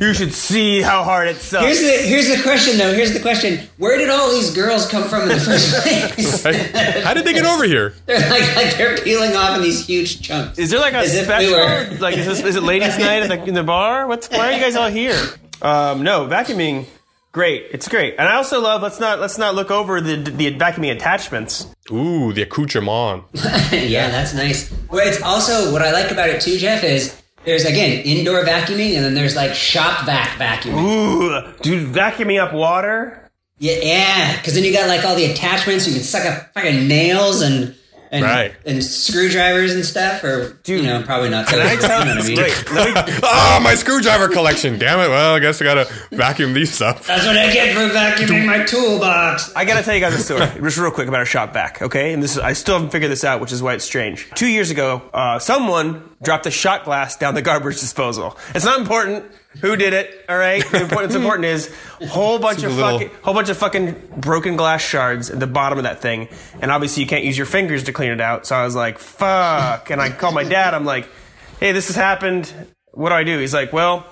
Speaker 2: You should see how hard it sucks.
Speaker 1: Here's the here's the question though. Here's the question. Where did all these girls come from in the first place?
Speaker 3: <laughs>
Speaker 1: <laughs>
Speaker 3: Hey, how did they get over here
Speaker 1: they're like, like they're peeling off in these huge chunks.
Speaker 2: Is there like a
Speaker 1: As if
Speaker 2: special?
Speaker 1: we were-
Speaker 2: like, is, this, is it ladies' night in the, in the bar? What's why are you guys all here? Um, no, vacuuming, great. It's great, and I also love. Let's not let's not look over the the vacuuming attachments.
Speaker 3: ooh the accoutrement <laughs>
Speaker 1: yeah, that's nice. Well, it's also what I like about it too, Jeff, is there's again indoor vacuuming and then there's like shop vac vacuuming.
Speaker 2: Ooh, dude, vacuuming up water.
Speaker 1: Yeah, yeah, because then you got like all the attachments. You can suck up fucking nails and and,
Speaker 3: Right.
Speaker 1: and screwdrivers and stuff. Or you know, probably not. Can
Speaker 2: I tell you, wait, let
Speaker 3: <laughs>
Speaker 2: me,
Speaker 3: Ah, my screwdriver collection. Damn it. Well, I guess I gotta vacuum these up.
Speaker 1: That's what I get for vacuuming my toolbox.
Speaker 2: I gotta tell you guys a story, <laughs> just real quick about our shop back, okay? And this is, I still haven't figured this out, which is why it's strange. Two years ago, uh, someone dropped a shot glass down the garbage disposal. It's not important who did it, all right? The important- What's important is whole bunch of
Speaker 3: little-
Speaker 2: fucking, whole bunch of fucking broken glass shards at the bottom of that thing, and obviously you can't use your fingers to clean it out. So I was like, fuck, and I called my dad. I'm like, hey, this has happened. What do I do? He's like, well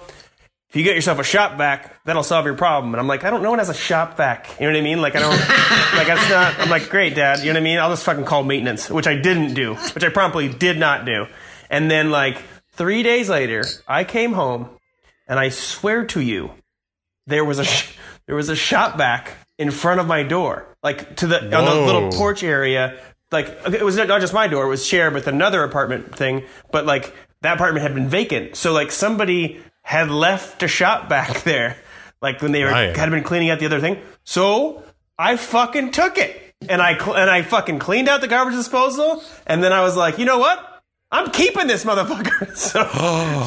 Speaker 2: if you get yourself a shop vac, that'll solve your problem. And I'm like, I don't know what has a shop vac. You know what I mean? Like I don't like that's not I'm like, great dad, you know what I mean? I'll just fucking call maintenance, which I didn't do, which I promptly did not do. And then like three days later, I came home and I swear to you, there was a sh- there was a shop vac in front of my door. Like to the on the
Speaker 3: Whoa.
Speaker 2: little porch area. Like okay, it was not not just my door, it was shared with another apartment thing, but like that apartment had been vacant. So like somebody had left a shop <laughs> back there, like when they were,
Speaker 3: Right.
Speaker 2: had been cleaning out the other thing. So I fucking took it and I cl- and I fucking cleaned out the garbage disposal, and then I was like, you know what? I'm keeping this motherfucker. <laughs> So,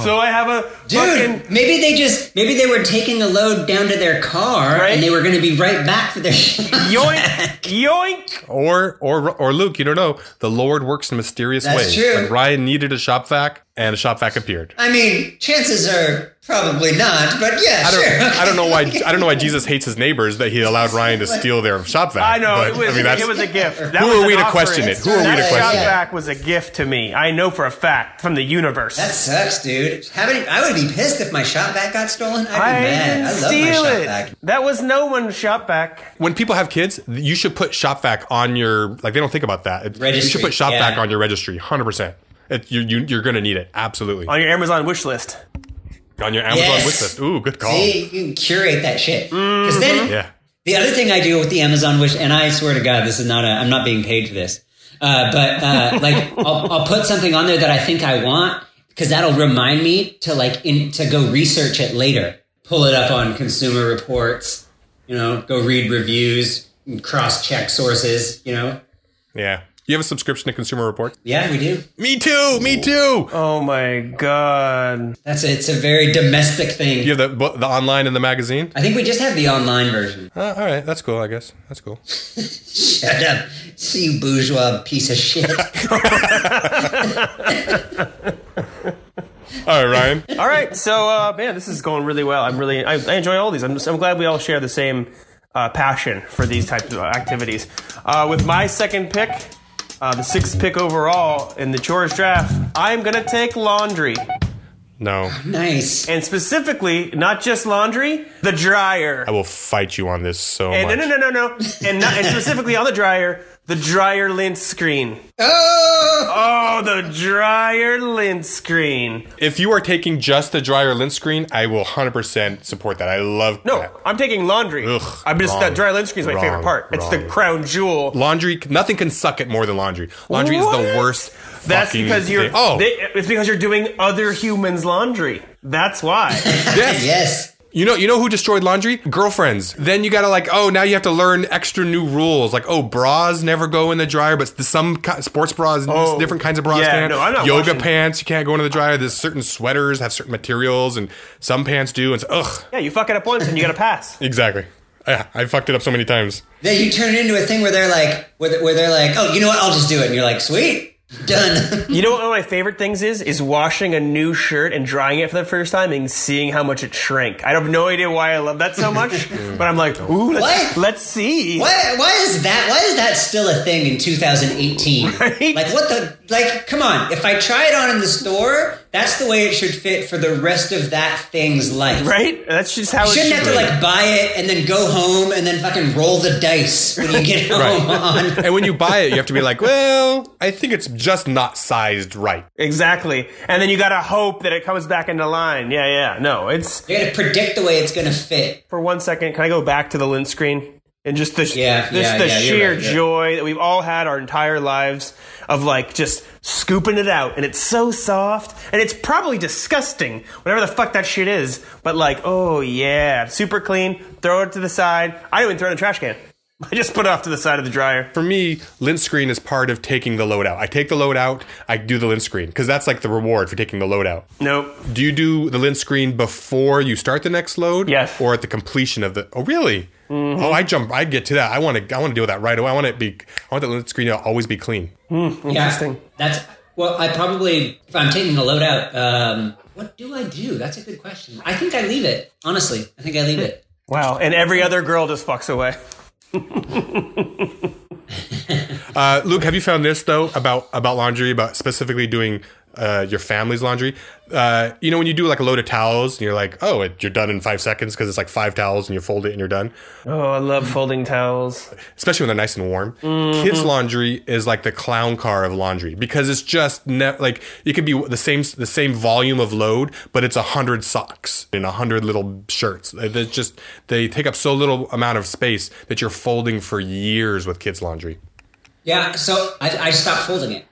Speaker 2: so I have a fucking
Speaker 1: Dude, maybe they just maybe they were taking a load down to their car
Speaker 2: Right?
Speaker 1: and they were going to be right back for their.
Speaker 2: yoink yoink.
Speaker 3: Or or or Luke, you don't know. The Lord works in mysterious
Speaker 1: That's
Speaker 3: ways.
Speaker 1: true.
Speaker 3: And Ryan needed a shop vac and a shop vac appeared.
Speaker 1: <laughs> I mean, chances are probably not, but yeah,
Speaker 3: I don't,
Speaker 1: sure. <laughs>
Speaker 3: I don't know why I don't know why Jesus hates his neighbors that he allowed Ryan to steal their shop vac.
Speaker 2: I know
Speaker 3: But,
Speaker 2: it was.
Speaker 3: I mean, that's,
Speaker 2: it was a gift. That
Speaker 3: Who
Speaker 2: was
Speaker 3: are
Speaker 2: an
Speaker 3: we to
Speaker 2: offering.
Speaker 3: question it? Who are we
Speaker 2: that
Speaker 3: to
Speaker 2: shot
Speaker 1: question it?
Speaker 2: back was a gift to me. I know for a fact from the universe.
Speaker 1: That sucks, dude. Having, I would be pissed if my shop back got stolen. I'd be
Speaker 2: I
Speaker 1: mad.
Speaker 2: didn't
Speaker 1: I love my
Speaker 2: steal
Speaker 1: shop
Speaker 2: it.
Speaker 1: back.
Speaker 2: That was no one's shop back.
Speaker 3: when people have kids, you should put shop vac on your like they don't think about that. You
Speaker 1: Registry,
Speaker 3: should put shop
Speaker 1: yeah.
Speaker 3: vac on your registry, hundred percent. You, you, you're going to need it absolutely
Speaker 2: on your Amazon wish list.
Speaker 3: on your Amazon
Speaker 1: Yes.
Speaker 3: wish list. Ooh, good call.
Speaker 1: See, you can curate that shit. Because then
Speaker 3: Yeah.
Speaker 1: the other thing I do with the Amazon wish, and I swear to God, this is not a. I'm not being paid for this. Uh, but uh,
Speaker 3: <laughs>
Speaker 1: like, I'll, I'll put something on there that I think I want because that'll remind me to like in, to go research it later. Pull it up on Consumer Reports. You know, go read reviews, cross check sources. You know,
Speaker 3: Yeah. You have a subscription to Consumer Reports?
Speaker 1: yeah, we do.
Speaker 3: Me too. Me too.
Speaker 2: Oh my god!
Speaker 1: That's a, it's a very domestic thing.
Speaker 3: You have the bo- the online and the magazine.
Speaker 1: I think we just have the online version.
Speaker 3: Uh, all right, that's cool. I guess that's cool.
Speaker 1: Shut up, see you bourgeois piece of
Speaker 3: <laughs>
Speaker 1: shit.
Speaker 3: All right, Ryan.
Speaker 2: All right, so uh, man, this is going really well. I'm really I, I enjoy all these. I'm just, I'm glad we all share the same uh, passion for these types of activities. Uh, with my second pick, uh, the sixth pick overall in the chores draft, I'm gonna take laundry,
Speaker 3: No,
Speaker 1: nice.
Speaker 2: and specifically not just laundry, the dryer.
Speaker 3: I will fight you on this so
Speaker 2: And
Speaker 3: much.
Speaker 2: no, no, no, no, no, and, not, and specifically on the dryer, the dryer lint screen.
Speaker 1: Oh,
Speaker 2: Oh, the dryer lint screen.
Speaker 3: If you are taking just the dryer lint screen, I will 100% support that. I love
Speaker 2: No,
Speaker 3: that.
Speaker 2: I'm taking laundry.
Speaker 3: Ugh,
Speaker 2: I'm just
Speaker 3: wrong.
Speaker 2: that dry lint screen is my
Speaker 3: Wrong,
Speaker 2: favorite part. It's the
Speaker 3: wrong.
Speaker 2: crown jewel.
Speaker 3: Laundry, nothing can suck it more than laundry. Laundry is
Speaker 2: What?
Speaker 3: the worst.
Speaker 2: That's
Speaker 3: fucking
Speaker 2: because you're.
Speaker 3: thing. Oh, <laughs>
Speaker 2: they- it's because you're doing other humans' laundry. That's why.
Speaker 3: yes.
Speaker 1: yes.
Speaker 3: You know, you know who destroyed laundry? Girlfriends. Then you gotta like, oh, now you have to learn extra new rules. Like, oh, bras never go in the dryer, but the, some ki- sports bras,
Speaker 2: Oh,
Speaker 3: different kinds of bras
Speaker 2: yeah,
Speaker 3: can.
Speaker 2: no, I'm not
Speaker 3: Yoga
Speaker 2: watching-
Speaker 3: pants you can't go into the dryer. There's certain sweaters have certain materials, and some pants do. And it's, ugh,
Speaker 2: Yeah, you fuck it up once and you got to pass.
Speaker 3: exactly. I, I fucked it up so many times.
Speaker 1: Then you turn it into a thing where they're like, where they're, where they're like, oh, you know what? I'll just do it. And you're like, sweet, done.
Speaker 2: You know what one of my favorite things is? Is washing a new shirt and drying it for the first time and seeing how much it shrank. I have no idea why I love that so much, but I'm like, ooh, let's,
Speaker 1: What?
Speaker 2: let's see.
Speaker 1: <laughs> why, why is that? Why is that still a thing in 2018?
Speaker 2: Right?
Speaker 1: Like what the? Like come on! If I try it on in the store, that's the way it should fit for the rest of that thing's life.
Speaker 2: Right? That's just how
Speaker 1: You
Speaker 2: it
Speaker 1: shouldn't
Speaker 2: should
Speaker 1: have to
Speaker 2: be.
Speaker 1: like buy it and then go home and then fucking roll the dice when you
Speaker 2: <laughs>
Speaker 1: get home on.
Speaker 3: And when you buy it, you have to be like, well, I think it's just not sized right.
Speaker 2: Exactly. And then you got to hope that it comes back into line. Yeah, yeah. No, it's
Speaker 1: You gotta predict the way it's gonna fit.
Speaker 2: for one second. Can I go back to the lint screen and just the
Speaker 1: Yeah,
Speaker 2: this
Speaker 1: yeah,
Speaker 2: the
Speaker 1: yeah, you're
Speaker 2: sheer
Speaker 1: right, yeah.
Speaker 2: joy that we've all had our entire lives of like just scooping it out and it's so soft and it's probably disgusting whatever the fuck that shit is but like oh yeah super clean throw it to the side I didn't even throw it in the trash can <laughs> I just put it off to the side of the dryer
Speaker 3: for me, lint screen is part of taking the load out. I take the load out, I do the lint screen because that's like the reward for taking the load out.
Speaker 2: nope
Speaker 3: Do you do the lint screen before you start the next load?
Speaker 2: Yes.
Speaker 3: Or at the completion of the? Oh, really? Oh, I jump. I get to that. I want to. I want to deal with that right away. I want it be. I want the lint screen to always be clean.
Speaker 1: Interesting. That's well. I probably if I'm taking a load out. Um, what do I do? That's a good question. I think I leave it. Honestly, I think I leave it.
Speaker 2: wow and every other girl just fucks away
Speaker 3: Uh, Luke, have you found this though about about laundry, about specifically doing uh, your family's laundry? Uh, you know, when you do like a load of towels, and you're like, oh, it, you're done in five seconds because it's like five towels, and you fold it and you're done.
Speaker 2: oh I love folding towels
Speaker 3: especially when they're nice and warm. Kids' laundry is like the clown car of laundry because it's just ne- like it could be the same the same volume of load, but it's a hundred socks and a hundred little shirts. It's just they take up so little amount of space that you're folding for years with kids' laundry.
Speaker 1: <laughs> Yeah. So I, I stopped folding it.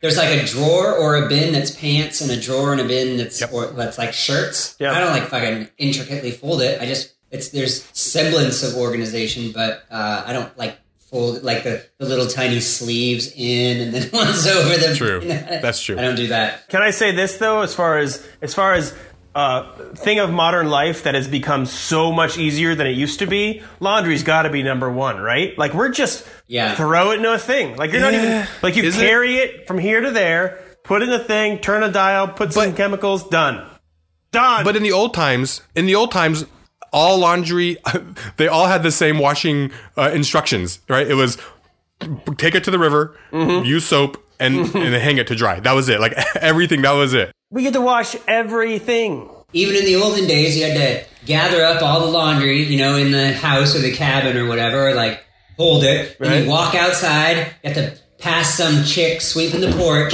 Speaker 1: There's like a drawer or a bin that's pants, and a drawer and a bin that's or that's like shirts.
Speaker 2: Yeah.
Speaker 1: I don't like fucking intricately fold it. I just it's there's semblance of organization, but uh, I don't like fold it like the, the little tiny sleeves in and then <laughs> one's over the <laughs>
Speaker 3: True. That's true.
Speaker 1: I don't do that.
Speaker 2: Can I say this though, as far as as far as uh, thing of modern life that has become so much easier than it used to be? Laundry's got to be number one, right? Like we're just
Speaker 1: Yeah.
Speaker 2: throw it in a thing. Like you're not even like you
Speaker 3: Is it?
Speaker 2: carry it? from here to there, put in a thing, turn a dial, put some
Speaker 3: But-
Speaker 2: chemicals, done, done.
Speaker 3: But in the old times, in the old times. All laundry, <laughs> they all had the same washing uh, instructions, right? It was take it to the river, use soap, and, and hang it to dry. That was it. Like <laughs> everything, that was it.
Speaker 2: we get to wash everything.
Speaker 1: even in the olden days, you had to gather up all the laundry, you know, in the house or the cabin or whatever, or like hold it. Then
Speaker 2: Right.
Speaker 1: you walk outside, you have to pass some chick sweeping the porch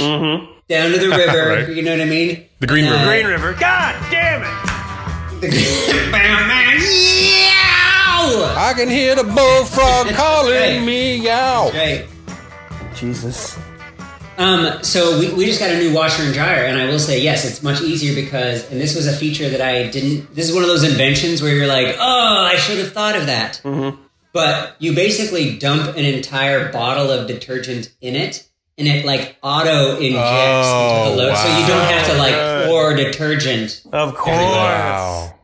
Speaker 1: down to
Speaker 3: <laughs>
Speaker 1: the river.
Speaker 3: Mm-hmm. Right.
Speaker 1: You know what I mean?
Speaker 3: The Green
Speaker 1: Uh,
Speaker 3: River.
Speaker 2: Green
Speaker 1: <laughs>
Speaker 2: River. God damn it!
Speaker 1: <laughs> Meow!
Speaker 3: I can hear the bullfrog
Speaker 1: Hey.
Speaker 3: calling me out.
Speaker 1: Right.
Speaker 2: Jesus.
Speaker 1: Um, so we, we just got a new washer and dryer, and I will say yes, it's much easier because, and this was a feature that I didn't. This is one of those inventions where you're like, oh, I should have thought of that. But you basically dump an entire bottle of detergent in it, and it like auto injects into
Speaker 3: Oh,
Speaker 1: the load, so you don't have to
Speaker 2: wow.
Speaker 1: like pour detergent.
Speaker 2: Of course.
Speaker 3: Wow.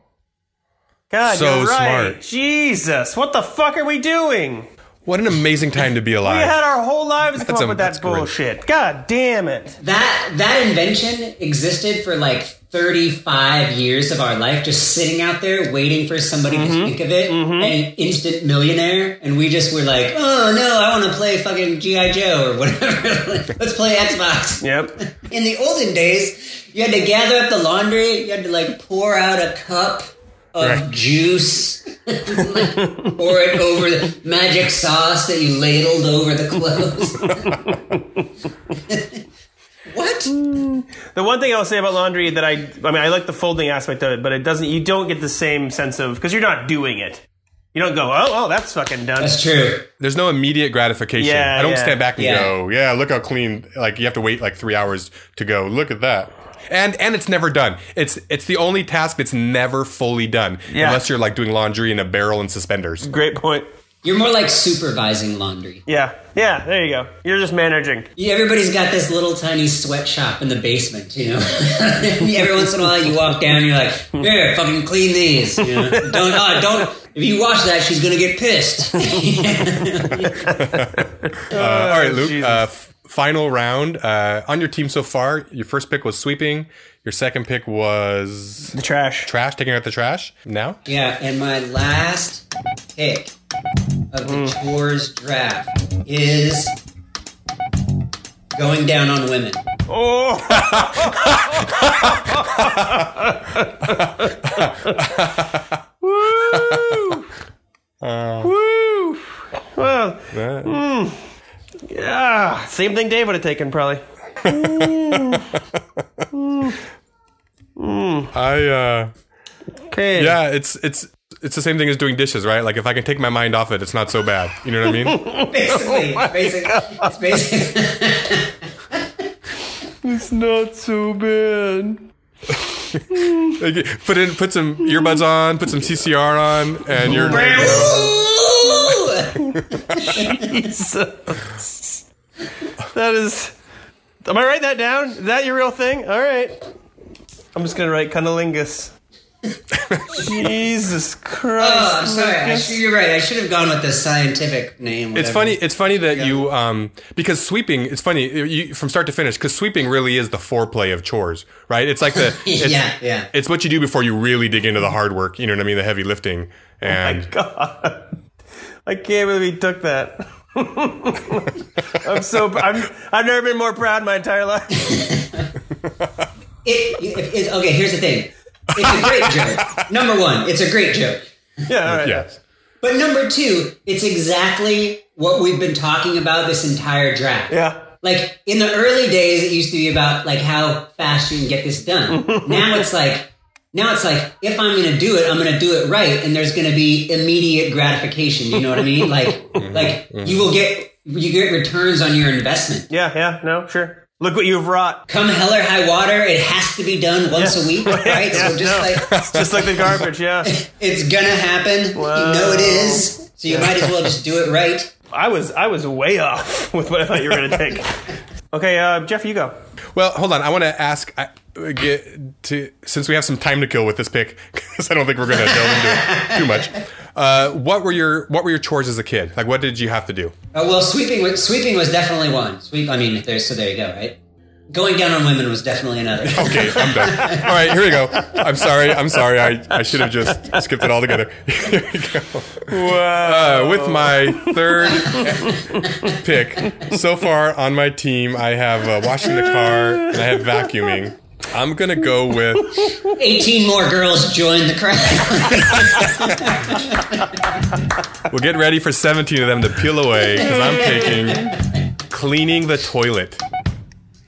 Speaker 2: God,
Speaker 3: So
Speaker 2: you're right.
Speaker 3: smart.
Speaker 2: Jesus, what the fuck are we doing?
Speaker 3: What an amazing time to be
Speaker 2: We
Speaker 3: alive.
Speaker 2: had our whole lives come
Speaker 3: That's
Speaker 2: up
Speaker 3: a-
Speaker 2: with
Speaker 3: that's
Speaker 2: that
Speaker 3: great.
Speaker 2: bullshit. God damn it.
Speaker 1: That that invention existed for like 35 years of our life, just sitting out there waiting for somebody to think of it, an instant millionaire, and we just were like, oh no, I want to play fucking GI Joe or whatever. <laughs> Let's play Xbox.
Speaker 2: Yep.
Speaker 1: In the olden days, you had to gather up the laundry, you had to like pour out a cup of juice, <laughs> pour it over the magic sauce that you ladled over the clothes. <laughs> what?
Speaker 2: The one thing I'll say about laundry that I, I mean, I like the folding aspect of it, but it doesn't, you don't get the same sense of, because you're not doing it. You don't go, oh, oh, that's fucking done.
Speaker 1: That's true.
Speaker 3: There's no immediate gratification.
Speaker 2: Yeah,
Speaker 3: I don't
Speaker 2: yeah.
Speaker 3: stand back and
Speaker 1: Yeah.
Speaker 3: go, yeah, look how clean. Like, you have to wait like three hours to go, look at that. and and it's never done. It's it's the only task that's never fully done
Speaker 2: Yeah.
Speaker 3: unless you're like doing laundry in a barrel and suspenders. Uh,
Speaker 2: Great point.
Speaker 1: You're more like supervising laundry.
Speaker 2: Yeah. Yeah. There you go. You're just managing.
Speaker 1: Yeah, everybody's got this little tiny sweatshop in the basement, you know. <laughs> Every once in a while, you walk down, and you're like, "Here, fucking clean these." You <laughs> know? Don't, oh, don't. If you wash that, she's gonna get pissed. <laughs>
Speaker 3: Uh, all right, Luke.
Speaker 2: Jesus.
Speaker 3: Uh, f- final round uh, on your team so far. Your first pick was sweeping. Your second pick was
Speaker 2: The trash.
Speaker 3: trash, taking out the trash. Now,
Speaker 1: yeah, and my last pick of the
Speaker 3: Mm.
Speaker 1: chores draft is going down on women. <laughs>
Speaker 2: <laughs> Oh, <laughs> woo! Well,
Speaker 3: Uh,
Speaker 2: mm. yeah. Same thing Dave would have taken, probably.
Speaker 3: I uh,
Speaker 2: Okay.
Speaker 3: yeah, it's it's it's the same thing as doing dishes, right? Like if I can take my mind off it, it's not so bad. You know what
Speaker 1: <laughs>
Speaker 3: I mean? <laughs> Oh
Speaker 1: Basically, basically, it's basically. <laughs>
Speaker 2: It's not so bad.
Speaker 3: Like, put in, put some earbuds on, put some CCR on, and you're. All
Speaker 1: Oh,
Speaker 2: Jesus. that is. Am I writing that down? Is that your real thing? All right. I'm just gonna write cunnilingus. Jesus Christ!
Speaker 1: Oh, I'm sorry. I
Speaker 2: Lucas.
Speaker 1: should, you're right. I should have gone with the scientific name.
Speaker 3: It's
Speaker 1: whatever.
Speaker 3: funny. It's funny that you um because sweeping. It's funny you, from start to finish because sweeping really is the foreplay of chores, right? It's like the it's,
Speaker 1: <laughs> Yeah, yeah.
Speaker 3: It's what you do before you really dig into the hard work. You know what I mean? The heavy lifting
Speaker 1: Oh
Speaker 3: and
Speaker 2: God, I can't believe he took that. <laughs> I'm so. I'm. I've never been more proud in my entire life. <laughs>
Speaker 1: It, it, it- okay, here's the thing. It's a great
Speaker 3: <laughs>
Speaker 1: joke. Number one, it's a great joke.
Speaker 2: Yeah. All right.
Speaker 3: yes,
Speaker 1: But number two, it's exactly what we've been talking about this entire draft.
Speaker 2: Yeah.
Speaker 1: Like in the early days, it used to be about like how fast you can get this done. now it's like, now it's like if I'm gonna do it, I'm gonna do it right, and there's gonna be immediate gratification. You know what I mean? Like, like you will get you get returns on your investment.
Speaker 2: Yeah. Yeah. No. Sure. Look what you've wrought.
Speaker 1: Come hell or high water, it has to be done once
Speaker 2: <laughs>
Speaker 1: a week, right? so just like
Speaker 2: It's just like the garbage. Yeah.
Speaker 1: It's gonna happen.
Speaker 2: Wow.
Speaker 1: You know it is. So you might as well just do it right.
Speaker 2: I was I was way off <laughs> with what I thought you were going
Speaker 3: <laughs>
Speaker 2: to take. okay, uh, Jeff, you go.
Speaker 3: Well, hold on. I want to ask. I, uh, get to since we have some time to kill with this pick, <laughs> because I don't think we're going to delve into it too much. Uh, what were your What were your chores as a kid? Like, what did you have to do?
Speaker 1: Oh well, sweeping was sweeping was definitely one. Sweep. I mean, there's so there you go, right? Going down on women was definitely another.
Speaker 3: <laughs> Okay, I'm done. All right, here we go. I'm sorry. I'm sorry. I, I should have just skipped it all together. Here we go. <laughs> Uh, with my third pick so far on my team, I have uh, washing the car and I have vacuuming. I'm gonna go with.
Speaker 1: Eighteen more girls joined the crowd.
Speaker 3: We'll get ready for 17 of them to peel away because I'm taking cleaning the toilet.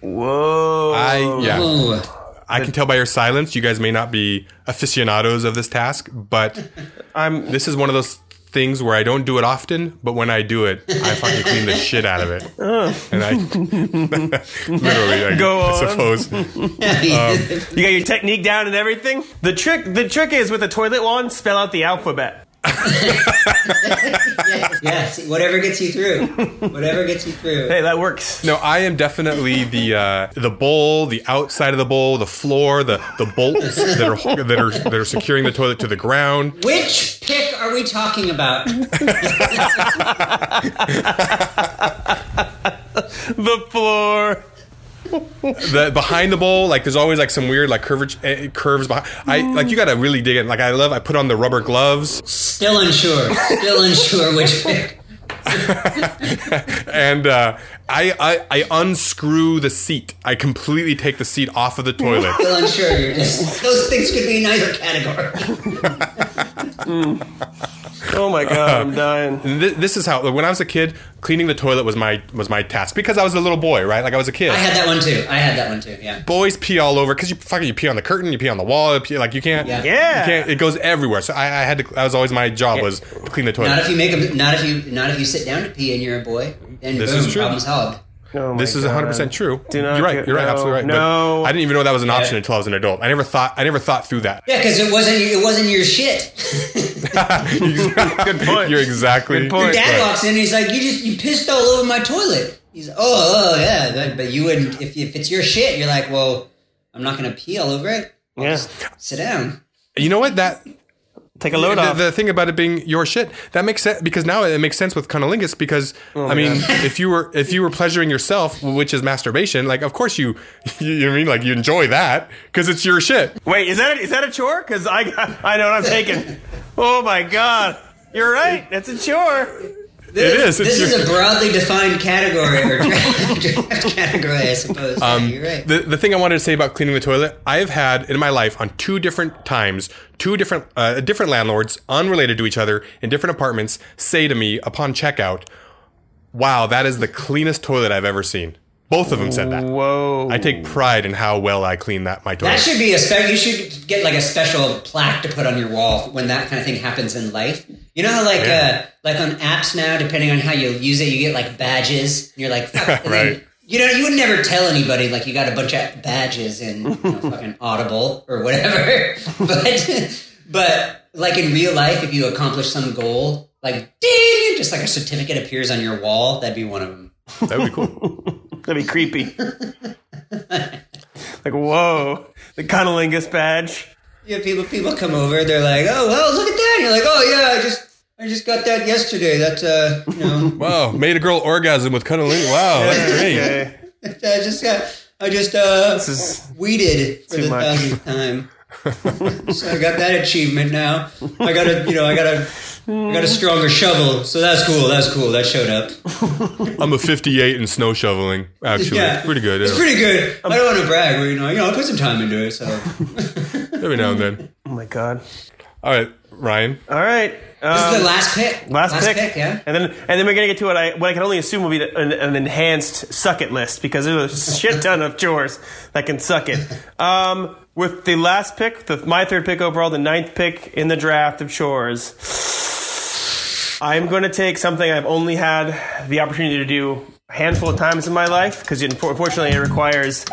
Speaker 2: Whoa.
Speaker 3: I <laughs> yeah.
Speaker 1: Ooh. <laughs>
Speaker 3: I can tell by your silence, you guys may not be aficionados of this task, but
Speaker 2: I'm
Speaker 3: this is one of those things where I don't do it often, but when I do it, I fucking clean the shit out of it. And
Speaker 2: <laughs>
Speaker 3: I literally I
Speaker 2: Oh. Go on.
Speaker 3: suppose. Um,
Speaker 2: you got your technique down and everything? The trick the trick is with the toilet wand, spell out the alphabet.
Speaker 1: yeah, see, whatever gets you through. Whatever gets you through.
Speaker 2: Hey, that works.
Speaker 3: <laughs> No, I am definitely the uh, the bowl, the outside of the bowl, the floor, the the bolts that are that are that are securing the toilet to the ground.
Speaker 1: Which pick are we talking about?
Speaker 2: The floor.
Speaker 3: the behind the bowl, like there's always like some weird like curvature eh, curves behind. I like you gotta really dig in. Like I love, I put on the rubber gloves
Speaker 1: Still unsure. Still unsure which pick.
Speaker 3: and uh, I, I I unscrew the seat. I completely take the seat off of the toilet.
Speaker 1: Still unsure. You're just those things could be in either category.
Speaker 2: Oh my god,
Speaker 3: <laughs>
Speaker 2: I'm dying.
Speaker 3: And thi- this is how when I was a kid, cleaning the toilet was my was my task because I was a little boy, right? Like I was a kid.
Speaker 1: I had that one too. I had that one too. Yeah.
Speaker 3: Boys pee all over because you fucking you pee on the curtain, you pee on the wall, you pee, like you can't,
Speaker 1: Yeah.
Speaker 3: you
Speaker 2: Yeah.
Speaker 3: can't. It goes everywhere. So I, I had to. That was always my job was to clean the toilet.
Speaker 1: Not if you make a, not if you not if you sit down to pee and you're a boy. Then
Speaker 3: This
Speaker 1: boom,
Speaker 3: is true.
Speaker 1: problem solved.
Speaker 2: Oh my
Speaker 3: this is 100 percent
Speaker 2: God.
Speaker 3: true.
Speaker 2: Do not
Speaker 3: you're right.
Speaker 2: get-
Speaker 3: You're right.
Speaker 2: no,
Speaker 3: absolutely right. But
Speaker 2: no.
Speaker 3: I didn't even know that was an option until I was an adult. I never thought. I never thought through that.
Speaker 1: Yeah, because it wasn't it wasn't your
Speaker 3: <laughs>
Speaker 1: shit.
Speaker 3: Good
Speaker 2: point.
Speaker 3: You're exactly.
Speaker 2: Good point.
Speaker 1: Your dad
Speaker 3: Right.
Speaker 1: walks in and he's like, "You just you pissed all over my toilet." He's, "Oh, oh yeah," but- but you wouldn't if if it's your shit. You're like, "Well, I'm not gonna pee all over it.
Speaker 2: Yeah.
Speaker 1: Sit down."
Speaker 3: You know what? That
Speaker 2: Take a load
Speaker 3: the,
Speaker 2: off.
Speaker 3: the thing about it being your shit that makes sense because now it makes sense with conolingus because
Speaker 2: Oh
Speaker 3: I mean if you were if you were pleasuring yourself which is masturbation like of course you <laughs> you know what I mean like you enjoy that because it's your shit
Speaker 2: Wait, is that a, is that a chore? Because I got, I know what I'm
Speaker 3: <laughs>
Speaker 2: taking. oh my god, you're right. That's a chore.
Speaker 3: it is it's
Speaker 1: This
Speaker 3: your,
Speaker 1: is a broadly defined category or <laughs> draft, draft category, I suppose. Yeah, you're right.
Speaker 3: Um, the, the thing I wanted to say about cleaning the toilet, I have had in my life on two different times, two different uh, different landlords, unrelated to each other, in different apartments, say to me upon checkout, "Wow, that is the cleanest toilet I've ever seen." Both of them said that.
Speaker 2: Whoa.
Speaker 3: I take pride in how well I clean that my toilet.
Speaker 1: that should be a spe- you should get like a special plaque to put on your wall when that kind of thing happens in life. You know how like
Speaker 3: Yeah.
Speaker 1: uh, like on apps now, depending on how you use it, you get like badges, and you're like, fuck. and then,
Speaker 3: Right.
Speaker 1: you know, you would never tell anybody like you got a bunch of badges in you know,
Speaker 3: <laughs>
Speaker 1: fucking Audible or whatever, <laughs> but but like in real life, if you accomplish some goal, like ding, just like a certificate appears on your wall. That'd be one of them.
Speaker 3: That would be
Speaker 1: <laughs>
Speaker 3: cool.
Speaker 2: That'd be creepy. <laughs> like whoa, the conolingus badge.
Speaker 1: Yeah, people people come over. They're like, "Oh, well, look at that." And you're like, "Oh yeah, I just I just got that yesterday. That's uh, you
Speaker 2: <laughs>
Speaker 1: know,
Speaker 3: Wow, made a girl orgasm with cunnilingus. Wow, that's great.
Speaker 2: Okay.
Speaker 1: I just got I just uh
Speaker 2: This is
Speaker 1: weeded for
Speaker 2: Too
Speaker 1: the
Speaker 2: much.
Speaker 1: thousandth
Speaker 2: <laughs>
Speaker 1: time. so I got that achievement now. I got a you know I got a I got a stronger shovel. So that's cool. That's cool. That showed up.
Speaker 3: I'm a 58 in snow shoveling. Actually,
Speaker 1: Yeah,
Speaker 3: pretty good.
Speaker 1: It's
Speaker 3: yeah.
Speaker 1: pretty good.
Speaker 2: Um,
Speaker 1: I don't want to brag, but you know, you know, I put some time into it. So
Speaker 3: Every now and then.
Speaker 2: oh my god.
Speaker 3: All right, Ryan.
Speaker 2: All right.
Speaker 1: this
Speaker 2: um,
Speaker 1: is the last pick.
Speaker 2: Last, pick.
Speaker 1: yeah.
Speaker 2: And then and then we're gonna get to what I what I can only assume will be the- an, an enhanced suck it list because there's a <laughs> shit ton of chores that can suck it. Um, with the last pick, the, my third pick overall, the ninth pick in the draft of chores, I'm going to take something I've only had the opportunity to do a handful of times in my life because unfortunately it requires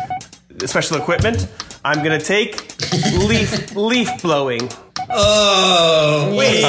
Speaker 2: special equipment. I'm going to take <laughs> leaf leaf blowing.
Speaker 1: Oh wait.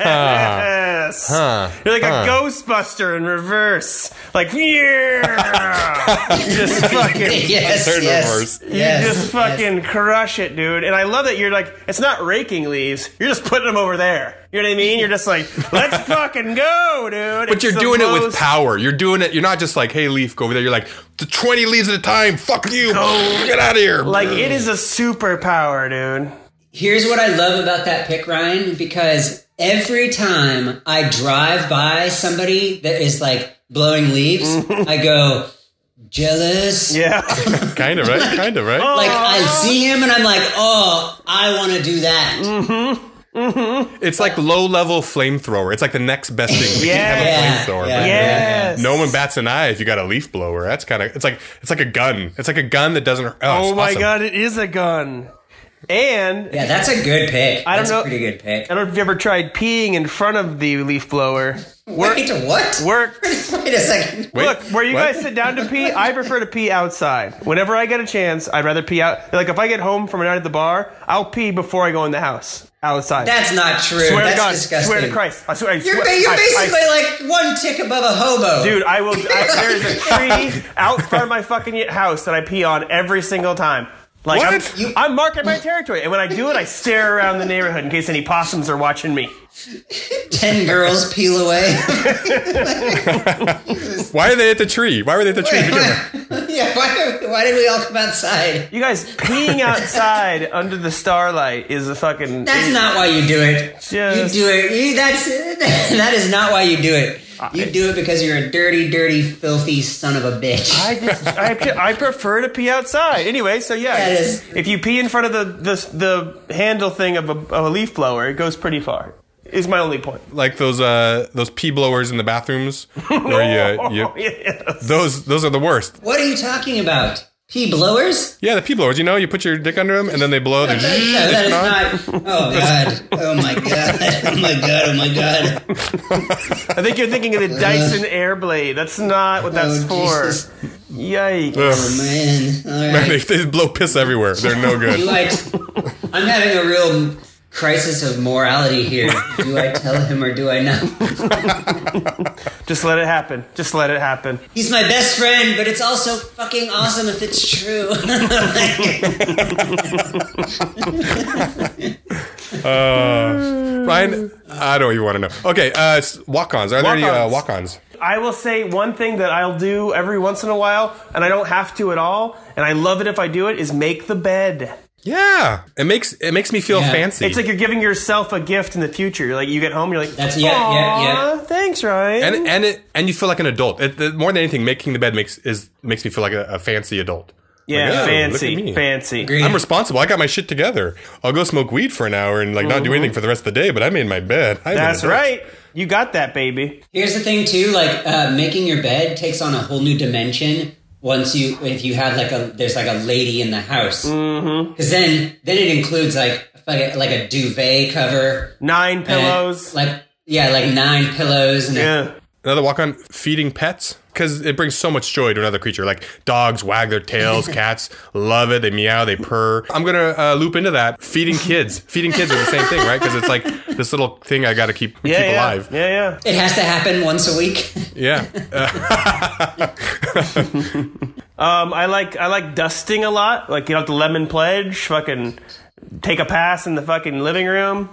Speaker 2: Yes.
Speaker 3: Huh.
Speaker 2: You're like a Ghostbuster in reverse. Like,
Speaker 3: <laughs>
Speaker 2: yeah. You just fucking.
Speaker 1: <laughs> Yes,
Speaker 3: Turn
Speaker 1: yes,
Speaker 3: reverse.
Speaker 1: yes,
Speaker 2: You just fucking crush it, dude. And I love that you're like, it's not raking leaves. You're just putting them over there. You know what I mean? You're just like, let's
Speaker 3: <laughs>
Speaker 2: fucking go, dude.
Speaker 3: But you're doing it with power. You're doing it. You're not just like, hey, leaf, go over there. You're like, "The 20 leaves at a time. Fuck you. Get out of here.
Speaker 2: Like, it is a superpower, dude.
Speaker 1: Here's what I love about that pick, Ryan, because every time I drive by somebody that is like blowing
Speaker 2: <laughs>
Speaker 1: leaves, I go, jealous.
Speaker 3: <laughs>
Speaker 2: Yeah.
Speaker 3: kind of, right? Kind of,
Speaker 2: Oh.
Speaker 3: right?
Speaker 1: Like I see him and I'm like, oh, I want to do that.
Speaker 2: Mm.
Speaker 3: It's like low level flamethrower. It's like the next best thing. We
Speaker 2: Yeah.
Speaker 3: have a flamethrower.
Speaker 1: Yeah.
Speaker 3: but
Speaker 2: yes.
Speaker 3: No one bats an eye if you got a leaf blower. That's kind of, it's like, it's like a gun. It's like a gun that doesn't. Oh,
Speaker 2: Oh
Speaker 3: it's
Speaker 2: my
Speaker 3: awesome.
Speaker 2: god, it is a gun. And
Speaker 1: Yeah, that's a good pick.
Speaker 2: I don't
Speaker 1: that's
Speaker 2: know-
Speaker 1: a pretty good pick.
Speaker 2: I don't know if you ever tried peeing in front of the leaf blower. Work,
Speaker 1: Wait, what?
Speaker 2: work.
Speaker 1: <laughs> Wait a second.
Speaker 3: Wait,
Speaker 2: Look, where you
Speaker 3: what?
Speaker 2: guys sit down to pee, I prefer to pee outside. Whenever I get a chance, I'd rather pee out. Like if I get home from a night at the bar, I'll pee before I go in the house outside.
Speaker 1: That's not true.
Speaker 2: swear
Speaker 1: that's
Speaker 2: to God,
Speaker 1: disgusting.
Speaker 2: swear to Christ, I swear. I
Speaker 1: You're,
Speaker 2: swear-
Speaker 1: ba- you're
Speaker 2: I- I-
Speaker 1: basically like one tick above a hobo.
Speaker 2: <laughs> Dude, I will. I,
Speaker 1: <laughs>
Speaker 2: there is a tree out front of my fucking house that I pee on every single time. Like
Speaker 3: What?
Speaker 2: I'm, I'm marking my territory, and when I do it, I stare around the neighborhood in case any possums are watching me.
Speaker 1: Ten girls peel
Speaker 2: <laughs>
Speaker 1: away.
Speaker 3: Why are they at the tree? Why were they at the tree? to begin
Speaker 1: <laughs>
Speaker 3: with?
Speaker 1: yeah, why, why did we all come outside?
Speaker 2: You guys peeing outside under the starlight is a fucking.
Speaker 1: That's not why you do it.
Speaker 2: Just-
Speaker 1: You do it. <laughs> You, that's that is not why you do it. You do it because you're a dirty, dirty, filthy son of a bitch.
Speaker 2: I just I, I prefer to pee outside. Anyway, so yeah,
Speaker 1: That is-
Speaker 2: if you pee in front of the the, the handle thing of a, of a leaf blower, it goes pretty far. Is my only point.
Speaker 3: like those uh those pee blowers in the bathrooms where you, you
Speaker 2: <laughs> Yes.
Speaker 3: those those are the worst.
Speaker 1: what are you talking about? Pee
Speaker 2: <laughs>
Speaker 1: blowers?
Speaker 3: Yeah, the pee blowers. You know, you put your dick under them and then they blow. They're
Speaker 1: No, that is
Speaker 2: <laughs>
Speaker 1: not. Oh god. Oh my god. <laughs> Oh my god. Oh my god.
Speaker 2: <laughs> I think you're thinking of the Dyson Airblade. That's not what that's
Speaker 1: Oh,
Speaker 2: for.
Speaker 1: Jesus.
Speaker 2: Yikes.
Speaker 1: Oh man. All right.
Speaker 3: <laughs> they, they blow piss everywhere. They're no
Speaker 1: Do <laughs>
Speaker 3: good.
Speaker 1: I? I'm having a real crisis of morality here. Do I tell him or do I not?
Speaker 2: Just let it happen. Just let it happen.
Speaker 1: He's my best friend, but it's also fucking awesome if it's true. <laughs>
Speaker 3: Ryan, I don't even want to know. Okay, uh, s- walk-ons. Are there any uh,
Speaker 2: Walk-ons.
Speaker 3: walk-ons?
Speaker 2: I will say one thing that I'll do every once in a while, and I don't have to at all, and I love it if I do it, is make the bed.
Speaker 3: Yeah, it makes it makes me feel
Speaker 1: Yeah.
Speaker 3: fancy.
Speaker 2: It's like you're giving yourself a gift in the future. You're Like you get home, you're like,
Speaker 1: That's- yeah, yeah, yeah.
Speaker 2: "Aw, Thanks, Ryan.
Speaker 3: and and it and you feel like an adult. It, it- more than anything, making the bed makes is makes me feel like a, a fancy adult.
Speaker 2: yeah,
Speaker 3: Like, oh, look at
Speaker 2: fancy,
Speaker 3: me.
Speaker 2: fancy.
Speaker 1: Agree.
Speaker 3: I'm responsible. I got my shit together. I'll go smoke weed for an hour and like not do anything for the rest of the day. But I made my bed. I'm an
Speaker 2: Mm-hmm. That's
Speaker 3: adult.
Speaker 2: right. You got that, baby.
Speaker 1: Here's the thing too, like uh, making your bed takes on a whole new dimension once you if you had like a there's like a lady in the house. Mm-hmm. Cause then then it includes like a fucking- like a duvet cover.
Speaker 2: Nine
Speaker 1: and,
Speaker 2: pillows.
Speaker 1: Like yeah, like nine pillows and
Speaker 2: yeah.
Speaker 3: Another walk on feeding pets because it brings so much joy to another creature. Like dogs wag their
Speaker 2: <laughs>
Speaker 3: tails, cats love it. They meow, they purr. I'm gonna uh, loop into that feeding
Speaker 2: <laughs>
Speaker 3: kids. feeding kids are the same thing, right? Because it's like this little thing I got to keep
Speaker 2: Yeah,
Speaker 3: keep
Speaker 2: yeah.
Speaker 3: alive.
Speaker 2: Yeah, yeah.
Speaker 1: it has to happen once a week.
Speaker 3: Yeah. Uh,
Speaker 2: Um, I like I like dusting a lot. Like you know, the lemon pledge, fucking take a pass in the fucking living room.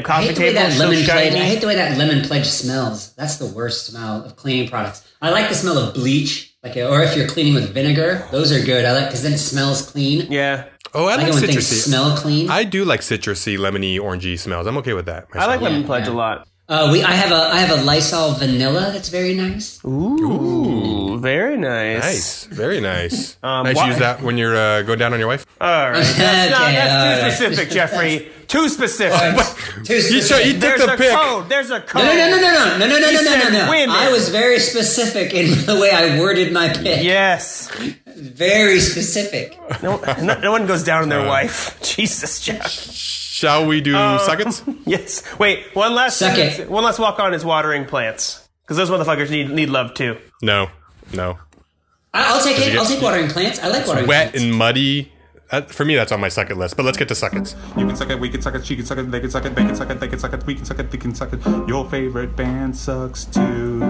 Speaker 1: <laughs> I
Speaker 2: coffee
Speaker 1: hate the way
Speaker 2: table
Speaker 1: that
Speaker 2: so
Speaker 1: lemon pledge. I
Speaker 2: shiny.
Speaker 1: hate the way that lemon pledge smells. That's the worst smell of cleaning products. I like the smell of bleach, like or if you're cleaning with vinegar, those are good. I like because then it smells clean.
Speaker 2: yeah,
Speaker 3: oh, I
Speaker 1: I
Speaker 3: like
Speaker 1: like when things
Speaker 3: citrusy.
Speaker 1: smell clean.
Speaker 3: I do like citrusy, lemony, orangey smells. I'm okay with that.
Speaker 2: I like
Speaker 3: myself.
Speaker 2: lemon
Speaker 1: Yeah,
Speaker 2: pledge
Speaker 1: yeah.
Speaker 2: a lot.
Speaker 1: Uh, we, I have a, I have a Lysol vanilla that's very nice.
Speaker 2: Ooh, very nice.
Speaker 3: Nice, very nice. nice
Speaker 2: Um, why-
Speaker 3: to use that when you're uh, going down
Speaker 2: <laughs>
Speaker 3: on your wife.
Speaker 2: All right, that's,
Speaker 1: <laughs>
Speaker 2: not,
Speaker 1: Okay,
Speaker 2: that's too
Speaker 1: all right. <laughs>
Speaker 2: specific, Jeffrey. too specific.
Speaker 1: Too
Speaker 3: You,
Speaker 1: specific.
Speaker 3: sure, you took
Speaker 2: There's
Speaker 3: the
Speaker 2: a
Speaker 3: pick.
Speaker 2: code. There's a code.
Speaker 1: no, no, no, no, no, no, no, no,
Speaker 2: He
Speaker 1: no, no,
Speaker 2: said
Speaker 1: no, no.
Speaker 2: women.
Speaker 1: I was very specific in <laughs> the way I worded my pick.
Speaker 2: Yes.
Speaker 1: Very specific.
Speaker 2: No, no, no one goes down on their
Speaker 3: Uh.
Speaker 2: wife. <laughs> Jesus, Jeff.
Speaker 3: Shall we do
Speaker 2: Uh,
Speaker 3: sockets?
Speaker 2: <laughs> Yes. Wait. One last.
Speaker 1: Suck
Speaker 2: sentence-
Speaker 1: it.
Speaker 2: One last walk on is watering plants because those motherfuckers need need love too.
Speaker 3: No, no.
Speaker 1: I, I'll take it.
Speaker 3: get-
Speaker 1: I'll take watering plants. I like watering
Speaker 3: Wet
Speaker 1: plants.
Speaker 3: and muddy. That, for me, that's on my socket list. But let's get to sockets.
Speaker 5: You can suck it, we can suck it, she can suck it, they can suck it, they can suck it, they can suck it, we can suck it, they can suck it. Your favorite band sucks too.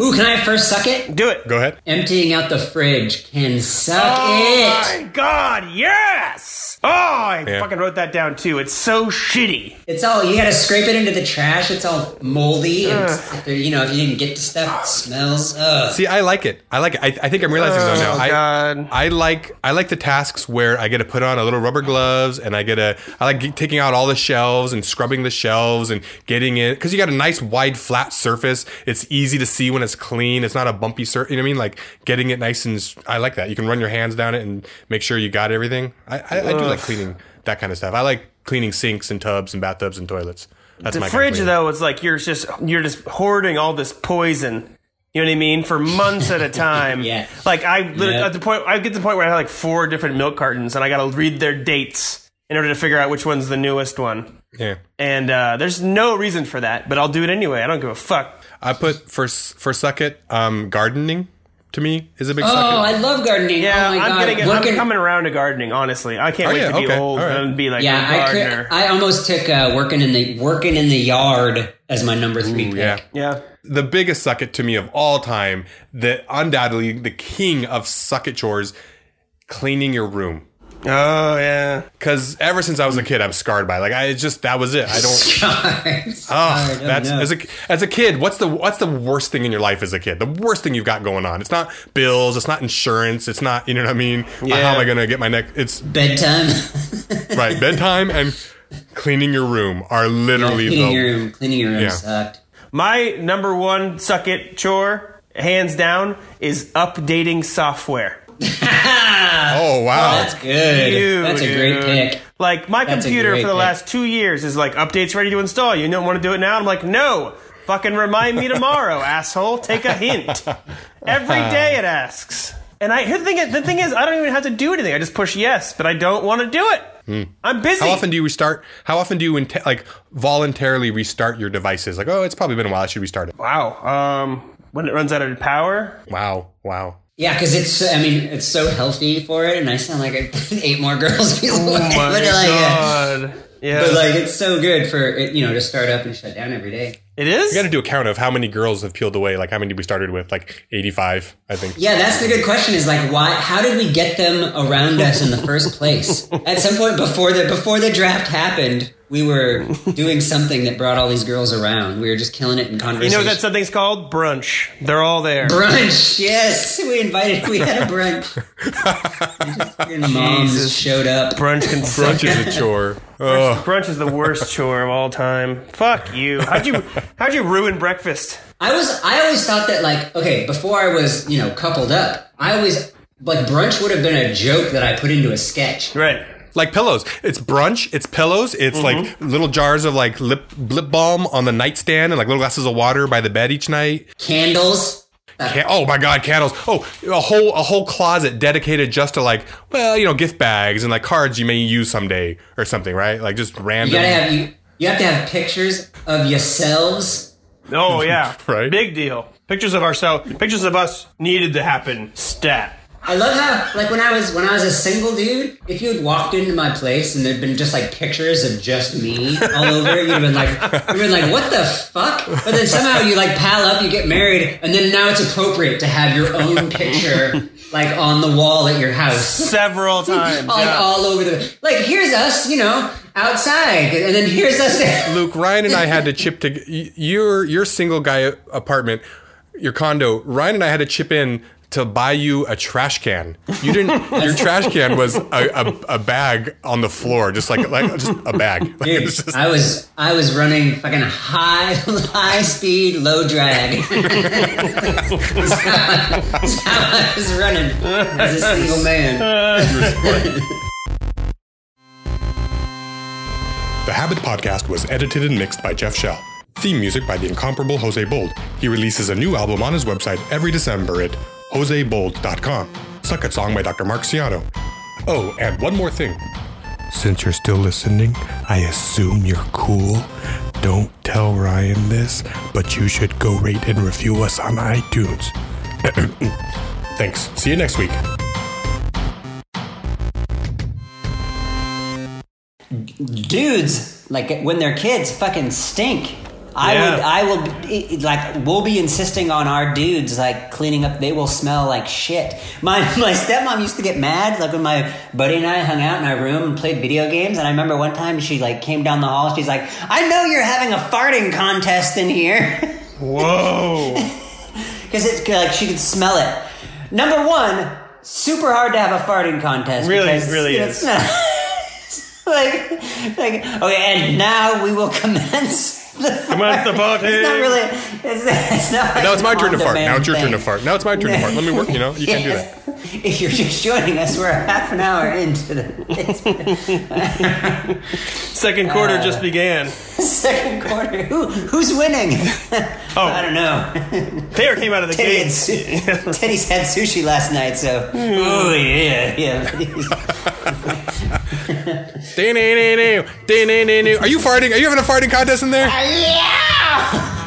Speaker 1: Ooh, can I first suck it?
Speaker 2: Do it.
Speaker 3: Go ahead.
Speaker 1: Emptying out the fridge can suck
Speaker 2: Oh
Speaker 1: it.
Speaker 2: my god, yes! Oh, I
Speaker 3: Yeah.
Speaker 2: fucking wrote that down too. It's so shitty.
Speaker 1: It's all you got to scrape it into the trash. It's all moldy, and if there- you know if you didn't get to stuff, it smells. Ugh.
Speaker 3: See, I like it. I like it. I, I think I'm realizing though now. I,
Speaker 2: Oh, God.
Speaker 3: I like I like the tasks where I get to put on a little rubber gloves and I get a I like ge- taking out all the shelves and scrubbing the shelves and getting in because you got a nice wide flat surface. It's easy to see when it's clean. It's not a bumpy surface. You know what I mean? Like getting it nice and s- I like that. You can run your hands down it and make sure you got everything. I I, I do like cleaning that kind of stuff. I like cleaning sinks and tubs and bathtubs and toilets. That's
Speaker 2: The
Speaker 3: my
Speaker 2: fridge
Speaker 3: kind of cleaning.
Speaker 2: though is like you're just you're just hoarding all this poison. You know what I mean? For
Speaker 1: <laughs>
Speaker 2: months at a time.
Speaker 1: Yeah.
Speaker 2: Like I lit-
Speaker 1: Yeah.
Speaker 2: at the point I get to the point where I have like four different milk cartons and I gotta read their dates in order to figure out which one's the newest one.
Speaker 3: Yeah.
Speaker 2: And uh, there's no reason for that, but I'll do it anyway. I don't give a
Speaker 1: Oh
Speaker 2: fuck.
Speaker 3: I put for for Sucket, um, gardening to me is a big
Speaker 1: Oh,
Speaker 3: Sucket.
Speaker 1: I love gardening.
Speaker 2: Yeah,
Speaker 1: oh my
Speaker 2: I'm
Speaker 1: god,
Speaker 2: getting
Speaker 1: Working-
Speaker 2: I'm coming around to gardening, honestly. I can't
Speaker 3: Oh,
Speaker 2: wait
Speaker 3: yeah,
Speaker 2: to be
Speaker 3: okay,
Speaker 2: old
Speaker 3: all right.
Speaker 2: and be like a
Speaker 1: Yeah, I,
Speaker 2: gardener.
Speaker 1: cre- I almost took uh, working in the working in the yard as my number three pick. <laughs>
Speaker 3: yeah.
Speaker 2: yeah.
Speaker 3: The biggest Sucket to me of all time, the undoubtedly the king of Sucket chores, cleaning your room.
Speaker 2: Oh yeah.
Speaker 3: Because ever since I was a kid, I'm scarred by it. like I it's just that was it.
Speaker 1: <laughs>
Speaker 3: I don't.
Speaker 1: Cards.
Speaker 3: Oh,
Speaker 1: Card, oh,
Speaker 3: that's
Speaker 1: no.
Speaker 3: as a as a kid. What's the what's the worst thing in your life as a kid? The worst thing you've got going on. It's not bills. It's not insurance. It's not you know what I mean. Uh, How am I gonna get my neck? It's
Speaker 1: bedtime. <laughs>
Speaker 3: right bedtime and cleaning your room are
Speaker 1: <laughs>
Speaker 3: literally
Speaker 1: cleaning
Speaker 3: the
Speaker 1: your room. Cleaning your room
Speaker 3: Yeah.
Speaker 1: sucked.
Speaker 2: My number one suck it chore, hands down, is updating software.
Speaker 3: Oh wow.
Speaker 1: That's good.
Speaker 2: You,
Speaker 1: that's a great
Speaker 2: dude.
Speaker 1: pick.
Speaker 2: Like my
Speaker 1: That's a
Speaker 2: computer
Speaker 1: great
Speaker 2: for the
Speaker 1: pick.
Speaker 2: last two years is like updates ready to install. You don't want to do it now? I'm like, no. <laughs>
Speaker 1: <laughs> Uh-huh.
Speaker 2: Fucking remind me tomorrow, asshole. Take a hint. Every day it asks. And I here the thing is, the thing is I don't even have to do anything. I just push yes, but I don't want to do it.
Speaker 1: Hmm.
Speaker 2: I'm busy.
Speaker 3: How often do you restart? How often do you inte- like voluntarily restart your devices? Like, oh, it's probably been a while. I should restart it.
Speaker 2: wow. Um, when it runs out
Speaker 1: <laughs>
Speaker 2: of power,
Speaker 3: Wow, wow.
Speaker 1: Yeah, because it's so- I mean it's so healthy for it, and I sound like I ate more girls. <laughs> Feel oh
Speaker 2: my god. Yeah,
Speaker 1: But like it's so good for it, you know, to start up and shut down every day.
Speaker 2: it is.
Speaker 3: You got to do a count of how many girls have peeled away. Like, how many we started with? Like eighty-five, I think.
Speaker 1: Yeah, that's the good question. Is like why? How did we get them around us in the first
Speaker 2: <laughs>
Speaker 1: place? At some point before the before the draft happened, we were doing something that brought all these girls around. We were just killing it in
Speaker 2: you
Speaker 1: conversation.
Speaker 2: know what that something's called brunch. They're all there.
Speaker 1: brunch. Yes, we invited. We had a
Speaker 2: <laughs>
Speaker 1: brunch. Just freaking moms
Speaker 2: Jesus.
Speaker 1: showed up.
Speaker 2: brunch
Speaker 1: <laughs>
Speaker 2: can suck
Speaker 3: Brunch is a chore. Oh,
Speaker 2: Brunch is the worst chore of all time. Fuck you. How'd you how'd you ruin breakfast?
Speaker 1: I was I always thought that like okay before I was you know coupled up I always like brunch would have been a joke that I put into a sketch.
Speaker 2: Right.
Speaker 3: like pillows. It's brunch. It's pillows. It's like little jars of like lip lip balm on the nightstand and like little glasses of water by the bed each night.
Speaker 1: Candles.
Speaker 3: Can- oh my god, candles! Oh, a whole a whole closet dedicated just to like, well, you know, gift bags and like cards you may use someday or something, right? Like just
Speaker 1: You
Speaker 3: random.
Speaker 1: gotta have you you have to have pictures of yourselves.
Speaker 2: Oh yeah.
Speaker 3: Right.
Speaker 2: Big deal. Pictures of ourselves pictures of us needed to happen. Stat.
Speaker 1: I love how like when I was when I was a single dude, if you had walked into my place and there'd been just like pictures of just me all over, it, you'd have been like you'd been like, what the fuck? But then somehow you like pal up, you get married, and then now it's appropriate to have your own picture like on the wall at your house.
Speaker 2: Several times.
Speaker 1: all,
Speaker 2: yeah.
Speaker 1: all over the like here's us you know outside and then here's us <laughs>
Speaker 3: Luke Ryan and I had to chip to y- your your single guy apartment, your condo. Ryan and I had to chip in to buy you a trash can. You didn't.
Speaker 1: <laughs>
Speaker 3: your trash can was a, a, a bag on the floor, just like like just a bag. Like, <laughs> it was just-
Speaker 1: i was i was running fucking high <laughs> high speed low drag <laughs> That's how I- that's how i was running as a single man
Speaker 3: The Habit Podcast was edited and mixed by Jeff Shell. Theme music by the incomparable Jose Bold. He releases a new album on his website every December at josebold.com. Suck It Song by Dr. Mark Ciano. Oh, and one more thing. Since you're still listening, I assume you're cool. Don't tell Ryan this, but you should go rate and review us on iTunes. <clears throat> Thanks. See you next week.
Speaker 1: dudes like when their kids fucking stink I
Speaker 2: Yeah.
Speaker 1: would, I will, be- it- like, we'll be insisting on our dudes, like, cleaning up. They will smell like shit. My, <laughs> my stepmom used to get mad, like, when my buddy and I hung out in our room and played video games. And I remember one time she, like, came down the hall. She's like, I know you're having a farting contest in here. <laughs>
Speaker 2: Whoa.
Speaker 1: Because it's, like, she could smell it. Number one, super hard to have a farting contest.
Speaker 2: Really,
Speaker 1: because,
Speaker 2: really
Speaker 1: you know,
Speaker 2: is.
Speaker 1: it's not- <laughs> like, like, okay, and now we will commence the
Speaker 2: <laughs> Commence the
Speaker 1: fart. It's not
Speaker 2: farting.
Speaker 1: really. It's, it's not like
Speaker 3: Now it's my
Speaker 1: an
Speaker 3: turn to fart. Now
Speaker 1: on-demand
Speaker 3: it's your turn to
Speaker 1: thing.
Speaker 3: fart. Now it's my turn to fart. Let me work, you know? You can
Speaker 1: <laughs>
Speaker 3: do that.
Speaker 1: Yes. If you're just joining us, we're half an hour into the it's
Speaker 2: Second quarter just began.
Speaker 1: the <laughs> second quarter. Who, who's winning? <laughs>
Speaker 2: Oh.
Speaker 1: I don't know.
Speaker 2: Taylor came out of the
Speaker 1: Teddy had,
Speaker 2: gates.
Speaker 1: su- <laughs> Teddy's had sushi last night, so. Oh, yeah, yeah.
Speaker 2: <laughs>
Speaker 3: Ding, ding, ding, ding. Ding, ding, ding, ding. Are you farting? Are you having a farting contest in there?
Speaker 1: Yeah!